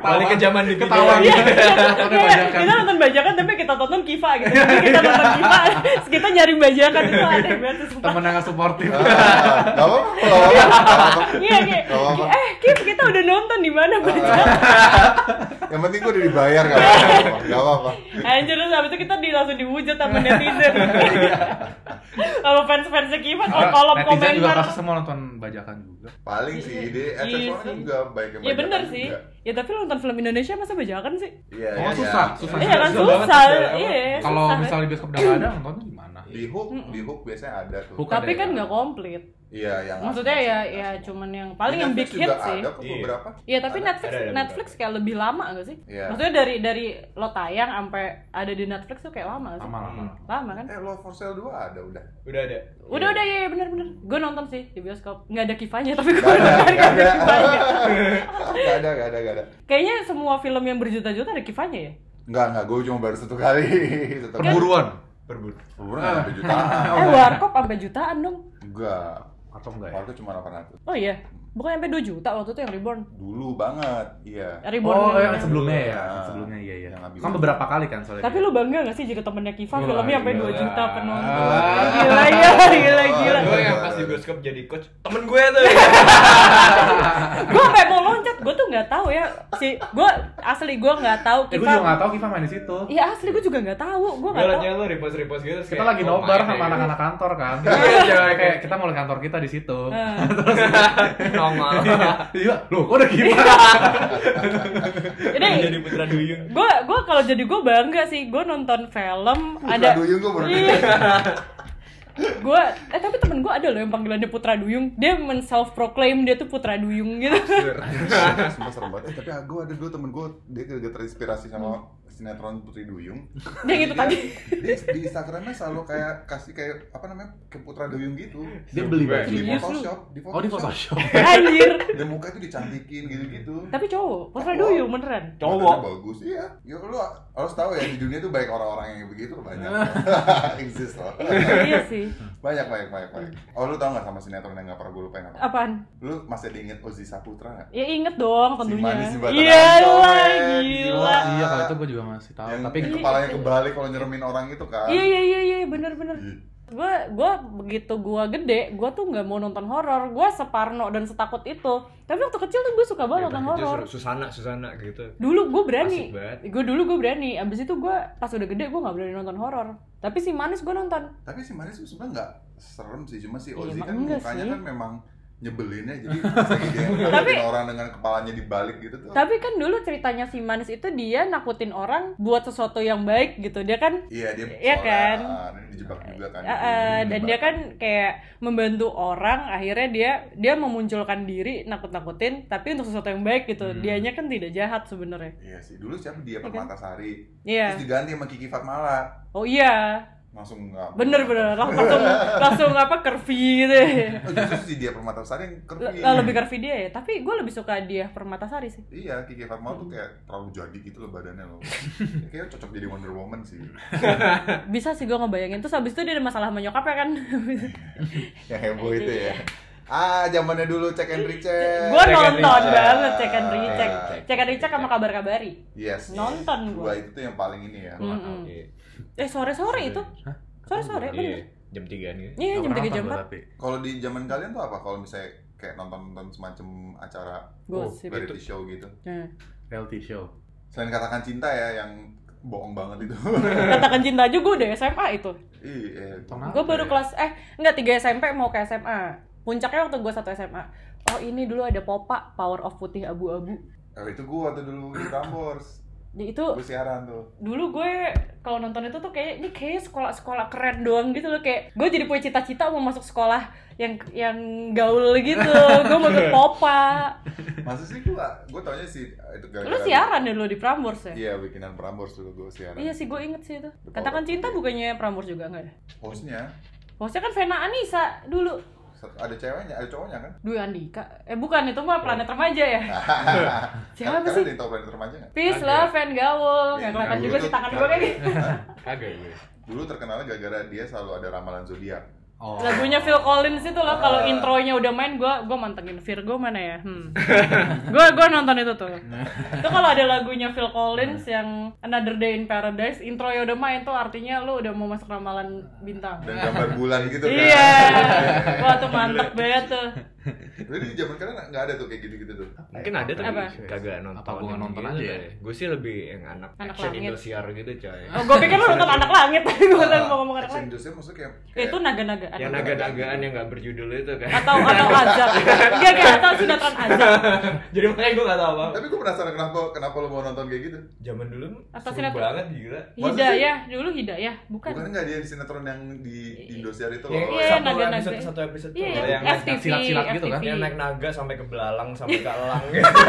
Speaker 4: Balik ke zaman di
Speaker 3: Ketawa
Speaker 4: video.
Speaker 3: gitu. Nontonnya
Speaker 2: Iya,
Speaker 3: bajakan.
Speaker 2: kita nonton bajakan tapi kita tonton Kiva gitu. Jadi kita nonton Kiva, terus kita nyari bajakan itu aneh banget sih, sumpah.
Speaker 3: Temen yang nggak suportif.
Speaker 1: Ah, Gak apa-apa, gak apa-apa.
Speaker 2: Iya, kayak,
Speaker 1: Gak apa-apa.
Speaker 2: eh Kip kita udah nonton di mana bajakan?
Speaker 1: Yang penting gua udah dibayar gak apa-apa. Gak apa-apa.
Speaker 2: Anjir, terus habis itu kita di, langsung dihujat sama netizen. Kalau fans-fansnya Kiva, oh, kalau
Speaker 3: Orang-
Speaker 2: kolom
Speaker 3: netizen juga
Speaker 2: komentar. Ya,
Speaker 3: pasti semua nonton bajakan juga.
Speaker 1: Paling sih dia
Speaker 2: Iya
Speaker 1: FX1
Speaker 2: sih.
Speaker 1: juga baik yang
Speaker 2: Iya
Speaker 1: bajakan
Speaker 2: bener sih.
Speaker 1: juga.
Speaker 2: Ya tapi lu nonton film Indonesia masa bajakan sih?
Speaker 1: Iya,
Speaker 3: Oh,
Speaker 1: iya, iya.
Speaker 3: susah, susah.
Speaker 2: Iya kan
Speaker 4: Susah banget,
Speaker 2: susah.
Speaker 4: susah.
Speaker 2: Iya.
Speaker 3: ya, Kalau
Speaker 2: susah.
Speaker 3: misalnya di bioskop udah nggak ada nontonnya gimana?
Speaker 1: di hook
Speaker 2: Mm-mm.
Speaker 1: di hook biasanya ada tuh
Speaker 3: Hook.
Speaker 2: Tapi
Speaker 3: ada
Speaker 2: kan
Speaker 3: ya.
Speaker 2: nggak komplit.
Speaker 1: iya yang
Speaker 2: Maksudnya ya
Speaker 1: asli,
Speaker 2: ya
Speaker 1: asli.
Speaker 2: cuman yang paling
Speaker 1: Di
Speaker 2: yang big
Speaker 1: Netflix
Speaker 2: hit
Speaker 1: juga
Speaker 2: sih.
Speaker 1: ada kok
Speaker 4: Iya.
Speaker 1: beberapa
Speaker 2: Iya, tapi
Speaker 1: Ada.
Speaker 2: Netflix
Speaker 4: Ada, ada
Speaker 2: Netflix
Speaker 4: beberapa.
Speaker 2: kayak lebih lama nggak sih?
Speaker 1: Iya.
Speaker 2: Maksudnya dari dari lo tayang sampai ada di Netflix tuh kayak lama nggak sih?
Speaker 3: lama-lama.
Speaker 2: Lama kan?
Speaker 1: eh Love for Sale 2 ada udah
Speaker 4: Udah ada.
Speaker 2: Udah udah ya, bener-bener. Gue nonton sih di bioskop. Nggak ada kifanya tapi gue
Speaker 1: Gak ada,
Speaker 2: nonton
Speaker 1: gak
Speaker 2: nggak
Speaker 1: ada.
Speaker 2: ada kifanya.
Speaker 1: Gak ada, gak ada, gak ada.
Speaker 2: Kayaknya semua film yang berjuta-juta ada kifanya ya.
Speaker 1: Enggak, enggak, gue cuma baru satu kali. Satu kali.
Speaker 3: Perburuan.
Speaker 4: Berburu.
Speaker 1: Buruan sampai jutaan.
Speaker 3: Oh,
Speaker 2: eh
Speaker 3: nggak ada.
Speaker 2: warkop sampai jutaan dong.
Speaker 1: Enggak.
Speaker 3: Atau enggak ya?
Speaker 1: Waktu cuma 800.
Speaker 2: Oh iya, bukan sampai 2 juta waktu itu yang reborn. Eh,
Speaker 1: Dulu banget, iya.
Speaker 2: Reborn.
Speaker 3: Oh, yang
Speaker 2: yang-
Speaker 3: sebelumnya ya.
Speaker 1: Iya.
Speaker 3: yang Sebelumnya iya iya.
Speaker 1: Yang abis
Speaker 3: Kan
Speaker 1: itu.
Speaker 3: beberapa kali kan soalnya.
Speaker 2: Tapi lu bangga gak sih jadi temennya Kiva
Speaker 3: Wah,
Speaker 2: filmnya sampai
Speaker 3: gila.
Speaker 2: 2 juta penonton?
Speaker 3: Ah.
Speaker 2: Gila, gila, gila, gila.
Speaker 4: Gue
Speaker 3: Iya.
Speaker 4: yang pas di bioskop jadi coach temen gue tuh.
Speaker 2: Iya. gue sampai mau loncat, gue tuh nggak tahu ya. Si gue asli gue nggak tahu
Speaker 3: Eh, gue juga
Speaker 2: Kiva.
Speaker 3: nggak tahu Kiva main di situ.
Speaker 2: Iya asli gue juga nggak tahu, gue
Speaker 4: Gue
Speaker 2: nggak tahu.
Speaker 4: liatnya lu repost-repost gitu. terus
Speaker 3: Kita
Speaker 4: kayak,
Speaker 3: lagi
Speaker 4: oh,
Speaker 3: nobar
Speaker 4: main
Speaker 3: sama
Speaker 4: deh.
Speaker 3: anak-anak kantor kan.
Speaker 4: Iya, iya.
Speaker 3: Kayak kita mulai kantor kita di situ.
Speaker 2: Eh,
Speaker 4: Nongol.
Speaker 3: Iya, loh kok udah gimana?
Speaker 2: Jadi
Speaker 4: Jadi putra duyung.
Speaker 2: gue gue kalau jadi gue bangga sih, gue nonton film
Speaker 1: Putra
Speaker 2: ada.
Speaker 1: Duyung gua baru
Speaker 2: Gue eh tapi temen gue ada loh yang panggilannya Putra Duyung. Dia men self proclaim dia tuh Putra Duyung gitu.
Speaker 1: Sumpah serem banget. Eh, tapi gue ada dulu temen gue, dia kagak terinspirasi sama sinetron Putri Duyung.
Speaker 2: Yang itu gitu tadi.
Speaker 1: Dia di Instagramnya selalu kayak kasih kayak apa namanya kayak Putra Duyung gitu.
Speaker 3: Dia beli
Speaker 4: Sumpah.
Speaker 3: baju.
Speaker 1: Di
Speaker 2: Serius lu?
Speaker 1: Photoshop, di
Speaker 3: Oh, di Photoshop.
Speaker 2: Anjir.
Speaker 1: Dan muka itu dicantikin gitu-gitu.
Speaker 2: Tapi cowok, Putra Duyung beneran.
Speaker 4: Cowok.
Speaker 1: Badannya bagus iya ya lu harus tahu ya di dunia tuh banyak orang-orang yang begitu loh, banyak exist loh
Speaker 2: iya sih.
Speaker 1: banyak banyak banyak banyak oh lu tau nggak sama sinetron yang nggak pernah gue lupain apa
Speaker 2: Apaan?
Speaker 1: lu masih diinget Ozzy Saputra nggak
Speaker 2: Ya inget dong tentunya.
Speaker 1: manis di batang
Speaker 2: Iya
Speaker 1: ancol,
Speaker 2: lah,
Speaker 1: men.
Speaker 2: gila.
Speaker 1: Gila.
Speaker 3: Iya, kalau itu gue juga masih tahu.
Speaker 1: yang
Speaker 3: Tapi
Speaker 1: tapi kepalanya kebalik kalau nyeremin orang itu kan
Speaker 2: Iya iya iya iya bener bener. Gue gue begitu gue gede, gue tuh nggak mau nonton horor. Gue separno dan setakut itu. Tapi waktu kecil tuh gue suka
Speaker 1: Iya,
Speaker 2: banget Oh, nonton
Speaker 4: Itu
Speaker 2: horor.
Speaker 4: Susana, Susana gitu.
Speaker 2: Dulu gue berani.
Speaker 4: Asik banget.
Speaker 2: Gue dulu gue berani. Abis itu gue pas udah gede gue nggak berani nonton horor. Tapi si manis gue nonton.
Speaker 1: tapi si Manis tuh sebenarnya nggak serem sih cuma si
Speaker 2: Iya,
Speaker 1: Ozzy
Speaker 2: emang
Speaker 1: kan
Speaker 2: enggak
Speaker 1: mukanya
Speaker 2: sih.
Speaker 1: kan memang nyebelinnya jadi pas lagi dia ngeliatin orang dengan kepalanya dibalik gitu tuh
Speaker 2: Tapi kan dulu ceritanya si manis itu dia nakutin orang buat sesuatu yang baik gitu. Dia kan
Speaker 1: iya dia
Speaker 2: Iya
Speaker 1: soalnya,
Speaker 2: kan?
Speaker 1: ah, dia dijebak juga kan
Speaker 2: Eh, eh, dan dia kan kayak membantu orang akhirnya dia dia memunculkan diri nakut-nakutin tapi untuk sesuatu yang baik gitu dianya kan tidak jahat sebenarnya
Speaker 1: iya sih dulu siapa dia Permatasari
Speaker 2: kan? iya
Speaker 1: terus diganti sama Kiki Fatmala
Speaker 2: oh iya
Speaker 1: langsung nggak
Speaker 2: bener bener Lang- langsung langsung apa curfew gitu ya.
Speaker 1: Oh, justru si dia permatasari yang
Speaker 2: L-
Speaker 1: kerfi.
Speaker 2: lebih curfew dia ya tapi gue lebih suka dia permatasari sih
Speaker 1: Iya, Kiki Fatma tuh kayak terlalu jadi gitu loh badannya loh. Kayaknya cocok jadi Wonder Woman sih.
Speaker 2: bisa sih gue ngebayangin terus habis itu dia ada masalah sama nyokapnya kan
Speaker 1: Yang heboh itu ya. Ah, zamannya dulu check and Iya, recheck.
Speaker 2: gue
Speaker 4: Check and
Speaker 2: nonton
Speaker 1: recheck.
Speaker 2: banget check and recheck
Speaker 1: Check.
Speaker 2: check and recheck sama kabar kabari
Speaker 1: Yes.
Speaker 2: Nonton
Speaker 1: gua.
Speaker 2: gua. Hmm.
Speaker 1: itu tuh yang paling ini ya.
Speaker 2: Mm-mm.
Speaker 4: Iya.
Speaker 2: eh sore sore itu
Speaker 3: Hah?
Speaker 2: sore sore
Speaker 4: Iya,
Speaker 2: bener
Speaker 4: jam 3-an gitu.
Speaker 2: iya jam tiga jam 4
Speaker 3: empat.
Speaker 1: Kalau di zaman kalian tuh apa? Kalau misalnya kayak nonton-nonton semacam acara
Speaker 2: Gosip.
Speaker 1: variety show gitu.
Speaker 2: Nah.
Speaker 3: Reality show.
Speaker 1: Selain katakan cinta ya yang bohong banget itu.
Speaker 2: Katakan cinta aja gue udah SMA itu.
Speaker 1: Iya.
Speaker 3: Tonton
Speaker 2: Gue
Speaker 3: apa
Speaker 2: baru
Speaker 3: ya?
Speaker 2: kelas eh enggak 3 SMP mau ke SMA. Puncaknya waktu gue satu SMA. Oh ini dulu ada Popa Power of Putih Abu-Abu.
Speaker 1: Oh, itu gua tuh dulu di Prambors.
Speaker 2: Ya, itu
Speaker 1: Gua siaran tuh.
Speaker 2: dulu gue kalau nonton itu tuh kayak ini kayak sekolah-sekolah keren doang gitu loh kayak gue jadi punya cita-cita mau masuk sekolah yang yang gaul gitu. gue mau ke Popa.
Speaker 1: Masa sih gua gua taunya sih eh, itu
Speaker 2: Lu
Speaker 1: gara-gara-
Speaker 2: siaran ya dulu di Prambors ya?
Speaker 1: Iya, bikinan Prambors dulu gua siaran.
Speaker 2: Iya sih gue inget sih itu. Katakan cinta bukannya Prambors juga enggak ya?
Speaker 1: hostnya
Speaker 2: Hostnya kan Vena Anissa dulu.
Speaker 1: sat- ada ceweknya ada cowoknya kan
Speaker 2: Dwi Andika. Eh bukan itu mah planet remaja ya.
Speaker 1: Ah,
Speaker 2: Siapa
Speaker 1: Kalian
Speaker 2: sih?
Speaker 1: di top planet remaja nggak
Speaker 2: Peace,
Speaker 4: Ada.
Speaker 2: love, and
Speaker 1: Iya,
Speaker 2: gaul. Nggak kelihatan
Speaker 1: gaul.
Speaker 2: juga sih tangan gue kayak gitu. gini.
Speaker 4: Agak gue.
Speaker 1: dulu terkenalnya gara-gara dia selalu ada ramalan zodiak
Speaker 3: Oh.
Speaker 2: Lagunya Phil Collins itu loh kalau
Speaker 1: Ah.
Speaker 2: intronya udah main gue gue mantengin Virgo mana ya? Hmm. Gue gue nonton itu tuh. Itu kalau ada lagunya Phil Collins yang Another Day in Paradise, intronya udah main tuh artinya lu udah mau masuk ramalan bintang.
Speaker 1: dan gambar bulan gitu kan
Speaker 2: Iya. Wah tuh mantep banget tuh.
Speaker 1: Jadi di zaman kalian nggak ada tuh kayak gitu-gitu tuh.
Speaker 4: Mungkin ada tapi
Speaker 2: Apa?
Speaker 4: kagak nonton. gitu
Speaker 3: Apa gua nonton aja ya?
Speaker 4: Gue sih lebih yang anak,
Speaker 2: Anak
Speaker 4: action
Speaker 2: langit.
Speaker 4: Indosiar gitu coy.
Speaker 2: Oh, gue pikir lu nonton anak langit. gue
Speaker 1: Oh.
Speaker 2: tadi mau ngomong anak
Speaker 1: Action
Speaker 2: langit.
Speaker 1: Indosiar maksudnya kayak,
Speaker 2: Itu naga-naga.
Speaker 4: yang naga-nagaan yang gak berjudul itu kan.
Speaker 2: Atau atau azab. Enggak kayak atau sinetron azab.
Speaker 4: Jadi makanya gue gak tau apa.
Speaker 1: Tapi gue penasaran kenapa kenapa lu mau nonton kayak gitu?
Speaker 4: Zaman dulu
Speaker 2: Atau
Speaker 4: seru
Speaker 2: sinetron.
Speaker 4: banget gila.
Speaker 1: Maksudnya-
Speaker 2: Hidayah dulu Hidayah, bukan.
Speaker 1: Bukan nggak dia di sinetron yang di, di Indosiar itu loh.
Speaker 4: Yang
Speaker 2: Iya,
Speaker 4: satu
Speaker 2: naga-naga.
Speaker 4: episode satu episode tuh.
Speaker 2: Iya,
Speaker 4: Ada
Speaker 2: yang
Speaker 4: yang naik-
Speaker 2: FTV,
Speaker 3: silat-silat gitu kan?
Speaker 2: FTV.
Speaker 4: yang naik naga sampai ke belalang sampai ke elang gitu.
Speaker 1: Oh,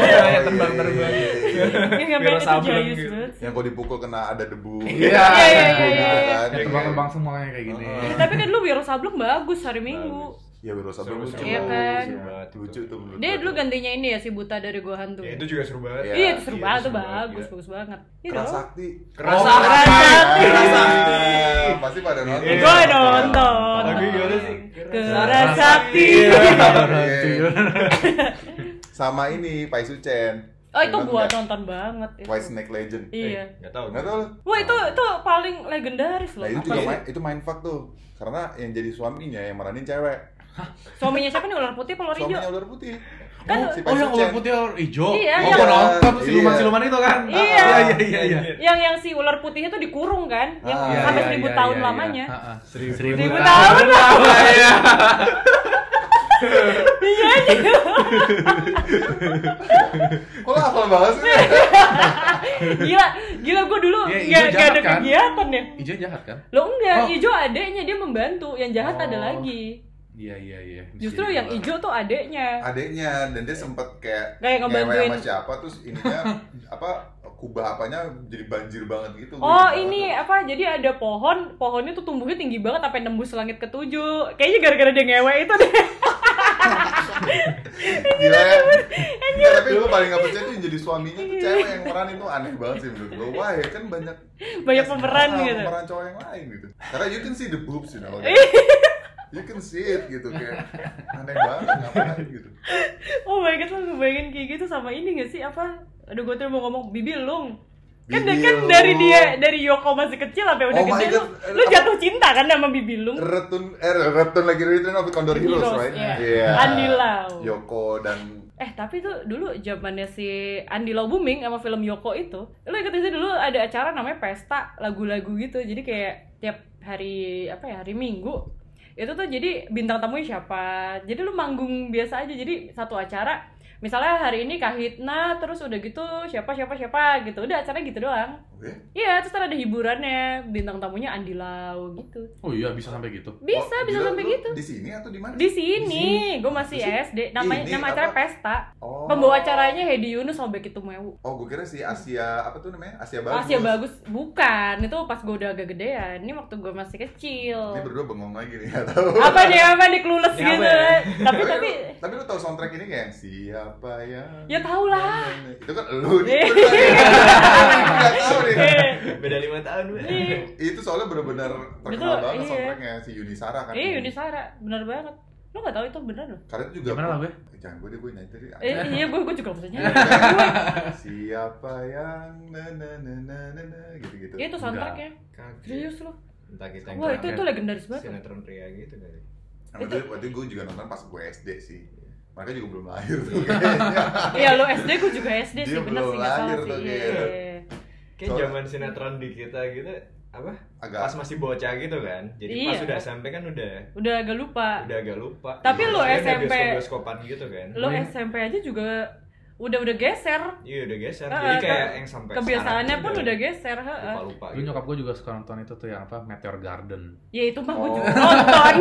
Speaker 4: Iya, yang
Speaker 1: iya,
Speaker 4: terbang-terbang.
Speaker 1: iya, iya, iya.
Speaker 2: Yang gambar
Speaker 4: Wiro
Speaker 2: itu
Speaker 4: Sableng
Speaker 2: jayus
Speaker 4: gitu.
Speaker 2: banget.
Speaker 1: Yang kalau dipukul kena ada debu.
Speaker 2: Iya,
Speaker 3: Iya,
Speaker 2: iya, iya,
Speaker 1: Gitu
Speaker 2: iya, iya.
Speaker 1: kan.
Speaker 3: Ya, tebang-tebang semuanya kayak gini.
Speaker 1: Heeh.
Speaker 2: Tapi kan lu Wiro Sableng bagus hari Minggu.
Speaker 1: Ya Wiro Sableng
Speaker 4: Seru-seru.
Speaker 1: lucu.
Speaker 2: Iya kan?
Speaker 1: Seru banget. Lucu tuh menurut
Speaker 2: Dia
Speaker 1: gua
Speaker 2: dulu
Speaker 1: tuh.
Speaker 2: gantinya ini ya si buta dari gua hantu.
Speaker 4: Ya itu juga seru banget.
Speaker 1: Iya,
Speaker 2: Iya, itu seru
Speaker 4: iya,
Speaker 2: banget tuh
Speaker 4: seru banget,
Speaker 2: bagus,
Speaker 4: iya.
Speaker 2: bagus banget. Iya
Speaker 1: Keras
Speaker 2: dong.
Speaker 1: sakti.
Speaker 4: Keras
Speaker 1: Oh,
Speaker 4: Sakti.
Speaker 1: Keras
Speaker 4: Keras
Speaker 1: sakti.
Speaker 4: Sakti.
Speaker 1: Pasti pada nonton.
Speaker 4: Iya.
Speaker 2: Gue nonton.
Speaker 4: Lagu gimana sih? Eh,
Speaker 2: Keras hati.
Speaker 1: Iya. Sama ini Pai Sucen.
Speaker 2: Oh itu
Speaker 1: Nonton ya.
Speaker 2: gua
Speaker 1: nggak?
Speaker 2: nonton banget. itu.
Speaker 1: White Snake Legend.
Speaker 2: Iya.
Speaker 4: Gak tau.
Speaker 1: Nggak tahu lu.
Speaker 2: Wah itu itu paling legendaris loh.
Speaker 1: Nah, itu
Speaker 2: Apa
Speaker 1: juga
Speaker 2: sih?
Speaker 1: main, itu main fuck tuh. Karena yang jadi suaminya yang meranin cewek.
Speaker 2: Suaminya siapa nih ular putih, pelor
Speaker 1: Suaminya
Speaker 2: hijau?
Speaker 1: ular putih.
Speaker 2: Kan-
Speaker 1: si
Speaker 3: Oh,
Speaker 1: Pai
Speaker 3: yang ular
Speaker 1: Sucen.
Speaker 3: putih ular hijau.
Speaker 2: Iya,
Speaker 3: oh,
Speaker 2: iya.
Speaker 3: gua nonton
Speaker 1: Iya.
Speaker 3: siluman-siluman itu kan.
Speaker 2: Iya.
Speaker 3: Iya, iya, iya.
Speaker 2: Yang yang si ular putihnya tuh dikurung kan? Yang
Speaker 1: Ah, iya,
Speaker 2: sampai
Speaker 1: iya,
Speaker 2: seribu tahun lamanya.
Speaker 3: Ah. Seribu,
Speaker 2: Seribu tahun
Speaker 3: Iya.
Speaker 2: Iya aja.
Speaker 1: Kok lu hafal banget sih?
Speaker 2: Gila, gila gue dulu nggak nggak
Speaker 3: Iya, hijau
Speaker 2: ada
Speaker 3: jahat kan?
Speaker 2: kegiatan ya.
Speaker 3: Hijau jahat kan?
Speaker 2: Lo enggak,
Speaker 3: Oh.
Speaker 2: hijau adeknya dia membantu, yang jahat ada
Speaker 3: Oh.
Speaker 2: lagi.
Speaker 3: Iya, iya, iya.
Speaker 2: Justru yang hijau tuh adeknya.
Speaker 1: Adeknya dan dia sempet kayak ngewe
Speaker 2: Kayak Iya. ngebantuin.
Speaker 1: sama siapa terus ininya apa kubah apanya jadi banjir banget gitu.
Speaker 2: Oh ini apa? Jadi ada pohon, pohonnya tuh tumbuhnya tinggi banget sampai nembus langit ketujuh. Kayaknya gara-gara dia ngewe itu deh.
Speaker 1: Gila ya. Nggak, tapi gue paling gak percaya tuh yang jadi suaminya
Speaker 2: Iya.
Speaker 1: tuh cewek yang meranin tuh aneh banget sih menurut gue. Wah ya kan banyak
Speaker 2: Banyak pemeran
Speaker 1: Ah,
Speaker 2: gitu.
Speaker 1: Pemeran cowok yang lain gitu. Karena you can see the boobs you know. you can see it gitu kayak aneh banget ngapain gitu.
Speaker 2: Oh my god, lu ngebayangin kayak gitu sama ini gak sih apa? Aduh gue tuh mau ngomong bibilung. Kan,
Speaker 1: Bibi
Speaker 2: kan
Speaker 1: Lung.
Speaker 2: dari dia dari Yoko masih kecil sampai udah
Speaker 1: Oh my
Speaker 2: gede lu,
Speaker 1: God.
Speaker 2: lu jatuh cinta kan sama bibilung.
Speaker 1: Retun eh Retun lagi Return of the Condor Heroes,
Speaker 2: Heroes,
Speaker 1: right?
Speaker 2: iya.
Speaker 1: Iya.
Speaker 2: Andi Lau.
Speaker 1: Yoko dan
Speaker 2: Eh tapi tuh dulu zamannya si Andi Lau booming sama film Yoko itu Lu inget gak sih dulu ada acara namanya pesta lagu-lagu gitu Jadi kayak tiap hari apa ya hari minggu Itu tuh jadi bintang tamunya siapa Jadi lu manggung biasa aja jadi satu acara Misalnya hari ini Kahitna terus udah gitu siapa siapa siapa gitu Udah acaranya gitu doang
Speaker 1: Oke.
Speaker 2: Iya terus ntar ada hiburannya bintang tamunya Andi Lau gitu
Speaker 3: Oh iya, bisa sampai gitu.
Speaker 2: Bisa
Speaker 1: Oh,
Speaker 2: bisa
Speaker 1: gila,
Speaker 2: sampai
Speaker 1: lu
Speaker 2: gitu
Speaker 1: Di sini atau di mana?
Speaker 2: di sini, gue masih
Speaker 1: Di sini?
Speaker 2: SD. Namanya
Speaker 1: Ini
Speaker 2: nama acara
Speaker 1: apa?
Speaker 2: pesta.
Speaker 1: Oh.
Speaker 2: Pembawa acaranya Hedi Yunus sama Becky Tumewu.
Speaker 1: Oh, gue kira si Asia apa tuh namanya? Asia Bagus.
Speaker 2: Masih ya bagus, bukan? Itu pas gue udah agak gedean. Ini waktu gue masih kecil.
Speaker 1: Ini berdua bengong lagi nih, nggak tahu.
Speaker 2: Apa nih apa nih clueless
Speaker 4: Ini apa
Speaker 2: gitu?
Speaker 4: ya?
Speaker 2: Tapi tapi
Speaker 1: lu- tapi lu tahu soundtrack ini kayak siapa ya?
Speaker 2: Ya, tau lah.
Speaker 1: Itu kan lu
Speaker 2: Iya.
Speaker 1: nih. Itu kan- Nggak tahu nih.
Speaker 2: eh,
Speaker 4: Beda lima tahun. Bang.
Speaker 2: Iya.
Speaker 1: Itu soalnya bener-bener terkenal
Speaker 2: Betul,
Speaker 1: banget
Speaker 2: iya.
Speaker 1: soundtracknya si Yuni Sara kan.
Speaker 2: eh Yunisara, bener banget. Lo gak tahu itu bener loh?
Speaker 1: Karena itu juga. Eh,
Speaker 3: Gimana lah gue?
Speaker 1: Jangan gue deh gue nyanyi tadi.
Speaker 2: Eh, iya gue gue juga maksudnya.
Speaker 1: Siapa yang na na na na na na gitu-gitu.
Speaker 2: Iya itu soundtracknya.
Speaker 4: Kaget.
Speaker 2: Serius lo?
Speaker 4: Entah kita yang
Speaker 2: Wah itu itu legendaris banget.
Speaker 4: sinetron pria gitu kali.
Speaker 1: Nah,
Speaker 2: Itu-
Speaker 1: itu waktu itu gue juga nonton pas gue SD sih. Mereka juga belum lahir tuh kayaknya.
Speaker 2: Iya lo SD gue juga SD sih
Speaker 1: Dia
Speaker 2: bener
Speaker 1: belum
Speaker 2: sih nggak salah
Speaker 1: lahir
Speaker 2: sih.
Speaker 1: tuh
Speaker 2: Iya.
Speaker 1: kayaknya.
Speaker 4: Kayak
Speaker 1: Soalnya-
Speaker 4: zaman sinetron di kita gitu apa?
Speaker 1: Agak-
Speaker 4: Pas masih bocah gitu kan. Jadi pas
Speaker 2: Iya.
Speaker 4: udah SMP kan udah
Speaker 2: Udah agak lupa.
Speaker 4: udah agak lupa. Iya,
Speaker 2: Tapi lu
Speaker 4: Maksudnya udah
Speaker 2: SMP.
Speaker 4: bioskop-bioskopan gitu kan.
Speaker 2: Lo SMP aja juga udah udah geser.
Speaker 4: Iya udah geser.
Speaker 2: Heeh,
Speaker 4: Jadi kayak
Speaker 2: ke-
Speaker 4: yang sampai
Speaker 2: kebiasaannya
Speaker 4: sekarang
Speaker 2: pun udah eh. geser heeh.
Speaker 4: Lupa-lupa.
Speaker 3: Dulu
Speaker 4: gitu.
Speaker 3: nyokap gue juga suka nonton itu tuh yang apa Meteor Garden.
Speaker 2: ya itu mah gue
Speaker 1: Oh.
Speaker 2: juga nonton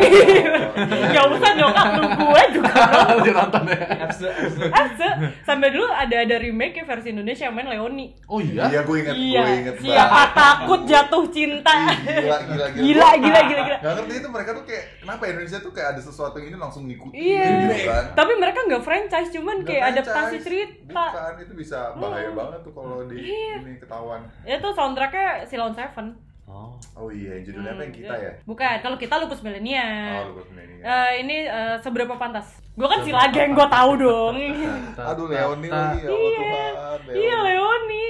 Speaker 2: ya usah nyokap lu gue juga nonton
Speaker 3: Dia nonton ya.
Speaker 4: Abse, abse.
Speaker 2: Ase. sampai dulu ada ada remake ya versi Indonesia yang main Leoni
Speaker 3: Oh
Speaker 1: Iya
Speaker 3: iya.
Speaker 1: gue inget,
Speaker 2: iya
Speaker 1: gue inget
Speaker 2: siapa takut jatuh cinta
Speaker 1: Gila, gila, gila.
Speaker 2: gila gila gila gila
Speaker 1: Gak ngerti itu mereka tuh kayak kenapa Indonesia tuh kayak ada sesuatu yang ini langsung ngikutin
Speaker 2: Iya.
Speaker 1: gitu kan.
Speaker 2: tapi mereka nggak franchise cuman
Speaker 1: Nggak
Speaker 2: kayak
Speaker 1: franchise.
Speaker 2: adaptasi cerita Iya.
Speaker 1: Bukan kan, itu bisa bahaya banget tuh kalau di ini ketahuan.
Speaker 2: itu soundtracknya Silon Seven Hmm,
Speaker 3: Oh.
Speaker 1: Oh iya, yang judulnya apa yang kita ya?
Speaker 2: bukan kalau kita lupus
Speaker 1: Oh,
Speaker 2: milenial
Speaker 1: lupa sebenarnya. ini.
Speaker 2: Eh, ini eh, seberapa pantas gue kan si lageng
Speaker 3: Iya,
Speaker 2: gue tahu dong
Speaker 3: Eh,
Speaker 1: Aduh Leoni lagi ya Allah Tuhan.
Speaker 2: iya Leoni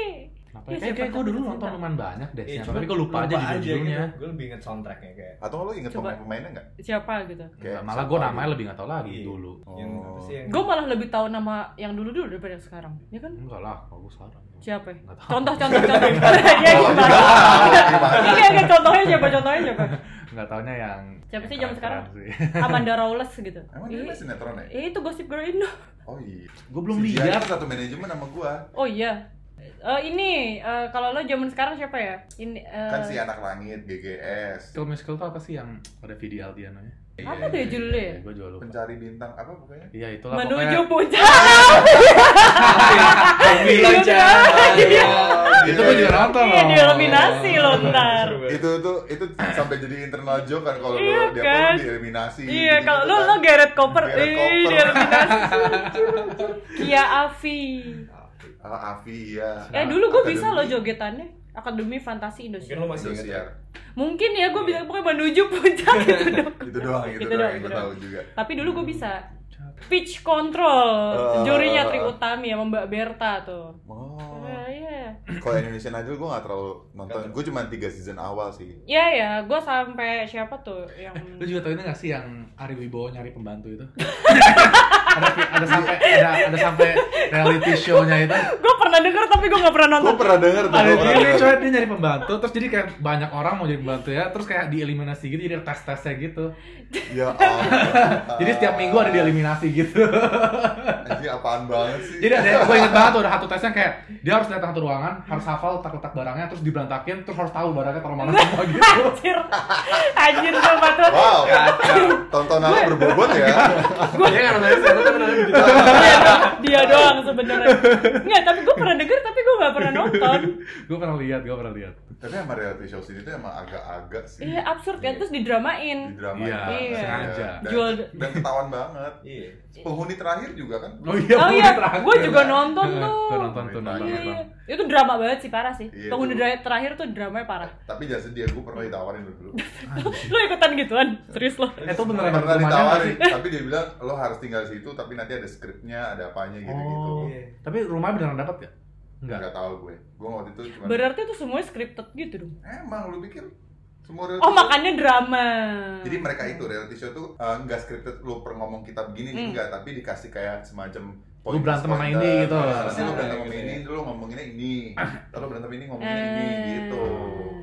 Speaker 3: Apa
Speaker 2: Iya,
Speaker 3: ya? Kayak,
Speaker 2: siapa
Speaker 3: kayak gue
Speaker 2: tahu
Speaker 3: dulu
Speaker 2: kita
Speaker 3: nonton
Speaker 2: cinta.
Speaker 3: lumayan banyak deh.
Speaker 4: Iya,
Speaker 3: Sian.
Speaker 4: cuma
Speaker 3: Tapi gue lupa, aja di judulnya.
Speaker 4: Gue lebih inget soundtracknya kayak
Speaker 1: Atau lo inget
Speaker 2: Coba.
Speaker 1: pemain-pemainnya nggak?
Speaker 2: siapa gitu
Speaker 1: Kayak
Speaker 3: Enggak, malah gue namanya lebih gak tau lagi
Speaker 4: Iya.
Speaker 3: dulu.
Speaker 4: yang apa sih yang
Speaker 2: gue malah lebih tahu nama yang dulu dulu daripada yang sekarang ya kan
Speaker 3: Enggak lah, kalau gue sekarang.
Speaker 2: siapa ya?
Speaker 3: Nggak tahu.
Speaker 2: contoh contoh contoh ya gimana iya iya contohnya siapa contohnya siapa
Speaker 3: Enggak taunya yang...
Speaker 2: Siapa
Speaker 3: yang
Speaker 2: sih zaman sekarang?
Speaker 3: keren-keren sih.
Speaker 2: Amanda Rawless gitu
Speaker 1: Emang dia
Speaker 2: Ih,
Speaker 1: ada sinetronnya?
Speaker 2: eh, itu gosip girl Indo
Speaker 1: Oh iya.
Speaker 3: Gue belum
Speaker 1: Si Gia itu
Speaker 3: lihat.
Speaker 1: satu manajemen sama gua.
Speaker 2: oh iya Eh, ini eh, kalau lo zaman sekarang siapa ya ini eh,
Speaker 1: Kan si anak langit GGS.
Speaker 3: Skill musical tuh apa sih yang ada video Aldiano nya?
Speaker 2: apa tuh ya judulnya ya?
Speaker 3: Gue juga lupa.
Speaker 1: Pencari bintang apa pokoknya?
Speaker 3: Iya itulah
Speaker 2: menuju
Speaker 3: Iya. pokoknya.
Speaker 2: puncak
Speaker 4: Iya.
Speaker 3: Itu gue juga nonton
Speaker 2: iya
Speaker 3: loh.
Speaker 2: dieliminasi
Speaker 1: Iya,
Speaker 2: lo ntar
Speaker 1: itu itu itu sampai jadi internal joke kan kalau
Speaker 2: Iya
Speaker 1: lu di apa
Speaker 2: kan?
Speaker 1: lu dieliminasi
Speaker 2: Iya,
Speaker 1: gitu-gitu
Speaker 2: kalau lo
Speaker 1: kan.
Speaker 2: lo Gareth Cooper,
Speaker 1: Gareth
Speaker 2: ih
Speaker 1: Cooper.
Speaker 2: dieliminasi. Kia Avi.
Speaker 1: Ah, Avi ya
Speaker 2: Eh dulu gue bisa lo jogetannya. Akademi Fantasi
Speaker 4: Mungkin
Speaker 2: Indonesia.
Speaker 4: lo masih inget ya?
Speaker 2: Mungkin ya gue bisa pokoknya menuju puncak gitu dong.
Speaker 1: Iya. itu doang itu,
Speaker 2: Gitu
Speaker 1: doang
Speaker 2: doang,
Speaker 1: yang
Speaker 2: gitu
Speaker 1: gue tahu
Speaker 2: doang.
Speaker 1: juga
Speaker 2: Tapi dulu gue bisa. Pitch Control,
Speaker 1: Eh.
Speaker 2: jurinya Tri Utami sama Mbak Berta tuh.
Speaker 1: oh
Speaker 2: Iya, iya.
Speaker 1: kalau Indonesian Idol gue nggak terlalu nonton gue cuma tiga season awal sih
Speaker 2: Iya ya, gue sampai siapa tuh yang
Speaker 3: Lu juga tau ini gak sih yang Ari Wibowo nyari pembantu itu? ada, ada sampai ada, ada sampai reality show-nya itu.
Speaker 2: gue pernah denger tapi gue gak pernah
Speaker 1: gue
Speaker 2: nonton. Iya,
Speaker 1: pernah denger tuh
Speaker 3: Ada
Speaker 1: gue pernah
Speaker 3: dia coy
Speaker 1: denger
Speaker 3: dia nyari pembantu terus jadi kayak banyak orang mau jadi pembantu ya terus kayak dieliminasi gitu jadi tes tesnya gitu.
Speaker 1: ya
Speaker 2: iya.
Speaker 1: Allah
Speaker 3: Jadi setiap minggu ada dieliminasi gitu.
Speaker 1: Anjing, apaan banget sih
Speaker 3: Jadi ada gue inget banget tuh ada satu tesnya kayak dia harus datang ke ruangan, harus hafal letak-letak barangnya, terus diberantakin, terus harus tahu barangnya taruh mana semua gitu.
Speaker 2: Anjir, anjir sumpah tuh.
Speaker 1: wow tontonan lo berbobot ya
Speaker 3: Dia kan namanya siapa kan namanya gitu.
Speaker 2: Iya, dia doang sebenarnya nggak tapi gue pernah denger tapi gue nggak pernah nonton
Speaker 3: Gue pernah lihat, gue pernah lihat.
Speaker 1: tapi sama reality show sini tuh emang agak-agak sih
Speaker 2: iya absurd kan terus didramain
Speaker 1: di drama
Speaker 3: Iya, sengaja.
Speaker 1: dan,
Speaker 2: Jual-
Speaker 1: dan ketahuan banget
Speaker 4: Iya.
Speaker 1: penghuni terakhir juga kan
Speaker 3: Oh iya,
Speaker 2: oh
Speaker 3: gua
Speaker 2: iya
Speaker 3: terakhir.
Speaker 2: gue juga nonton tuh
Speaker 3: Gue nonton tuh, nonton.
Speaker 2: Iya,
Speaker 3: nonton.
Speaker 2: iya. itu drama banget sih parah sih
Speaker 1: Iya,
Speaker 2: penghuni
Speaker 1: itu.
Speaker 2: dra- terakhir tuh dramanya parah
Speaker 1: tapi jangan sedih gue pernah ditawarin dulu
Speaker 2: lo ikutan gituan serius lo
Speaker 3: Eh, itu beneran
Speaker 1: pernah
Speaker 3: hukumannya nggak
Speaker 1: ditawarin
Speaker 3: sih?
Speaker 1: tapi dia bilang lo harus tinggal di situ tapi nanti ada skripnya ada apanya gitu gitu
Speaker 3: Oh,
Speaker 4: Iya.
Speaker 3: tapi rumahnya beneran dapat gak? Enggak.
Speaker 1: nggak tahu gue gue waktu itu cuma
Speaker 2: berarti itu semuanya scripted gitu dong
Speaker 1: emang lu pikir semua reality
Speaker 2: oh
Speaker 1: show-
Speaker 2: makanya drama
Speaker 1: jadi mereka itu reality show tuh eh, nggak scripted lu per ngomong kita begini nih
Speaker 2: Hmm.
Speaker 1: enggak tapi dikasih kayak semacam
Speaker 3: Lu berantem sama
Speaker 1: pointer.
Speaker 3: ini gitu. Ah.
Speaker 1: Nah, Nanti lu berantem sama
Speaker 4: Gitu
Speaker 1: ini,
Speaker 4: ya.
Speaker 1: lu ngomonginnya ini Lalu berantem ini ngomonginnya ini
Speaker 2: Iya, Eh.
Speaker 1: gitu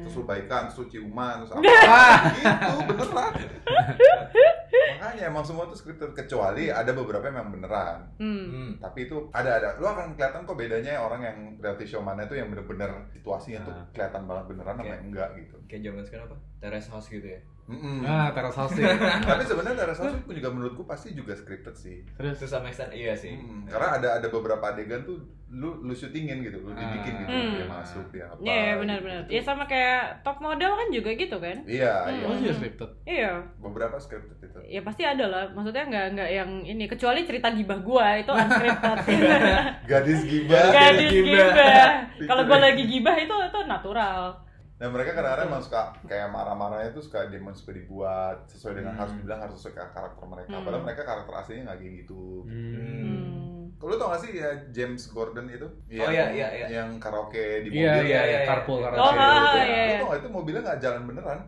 Speaker 1: Terus lu baikan, terus lu ciuman, terus apa
Speaker 3: Wah.
Speaker 1: Gitu, beneran Makanya emang semua tuh scripted Kecuali ada beberapa yang emang beneran
Speaker 2: hmm.
Speaker 1: tapi itu ada ada lu akan kelihatan kok bedanya orang yang reality show mana tuh yang bener-bener situasinya tuh
Speaker 3: Nah.
Speaker 1: kelihatan banget beneran sama
Speaker 4: Kayak-
Speaker 1: yang enggak gitu
Speaker 4: Kayak zaman sekarang apa? Terrace House gitu ya.
Speaker 1: Mm-mm.
Speaker 3: Nah, teras house sih.
Speaker 2: gitu.
Speaker 1: tapi sebenarnya darah sasu juga menurutku pasti juga scripted sih
Speaker 3: Terus
Speaker 4: Terus sama extent iya sih.
Speaker 1: Mm-mm. karena ada ada beberapa adegan tuh lu lu syutingin gitu lu dibikin gitu
Speaker 2: Hmm.
Speaker 1: dia masuk dia apa
Speaker 2: Iya, iya, benar-benar.
Speaker 1: gitu.
Speaker 2: Ya sama kayak top model kan juga gitu kan?
Speaker 1: iya iya
Speaker 3: Oh iya scripted.
Speaker 2: Iya.
Speaker 1: beberapa scripted itu
Speaker 2: Ya pasti ada lah. Maksudnya nggak nggak yang ini kecuali cerita gibah gua itu unscripted.
Speaker 1: gadis gibah
Speaker 2: Gadis
Speaker 4: Gibah.
Speaker 2: gibah. Kalau gue lagi gibah itu itu natural.
Speaker 1: dan mereka kadang-kadang emang suka kayak marah-marahnya tuh suka dia emang suka dibuat sesuai dengan
Speaker 3: Hmm.
Speaker 1: harus dibilang harus sesuai karakter mereka
Speaker 2: Hmm.
Speaker 1: padahal mereka karakter aslinya nggak kayak gitu
Speaker 3: Hmm.
Speaker 2: Hmm.
Speaker 1: Lu tau gak sih ya James Gordon itu?
Speaker 4: Oh, iya, iya, iya.
Speaker 1: Yang karaoke di mobil.
Speaker 3: Iya, iya, iya,
Speaker 4: iya,
Speaker 3: carpool,
Speaker 4: iya.
Speaker 3: carpool.
Speaker 2: Oh,
Speaker 1: Iya,
Speaker 2: ah,
Speaker 1: iya.
Speaker 2: iya.
Speaker 1: Lu tau gak itu mobilnya gak jalan beneran.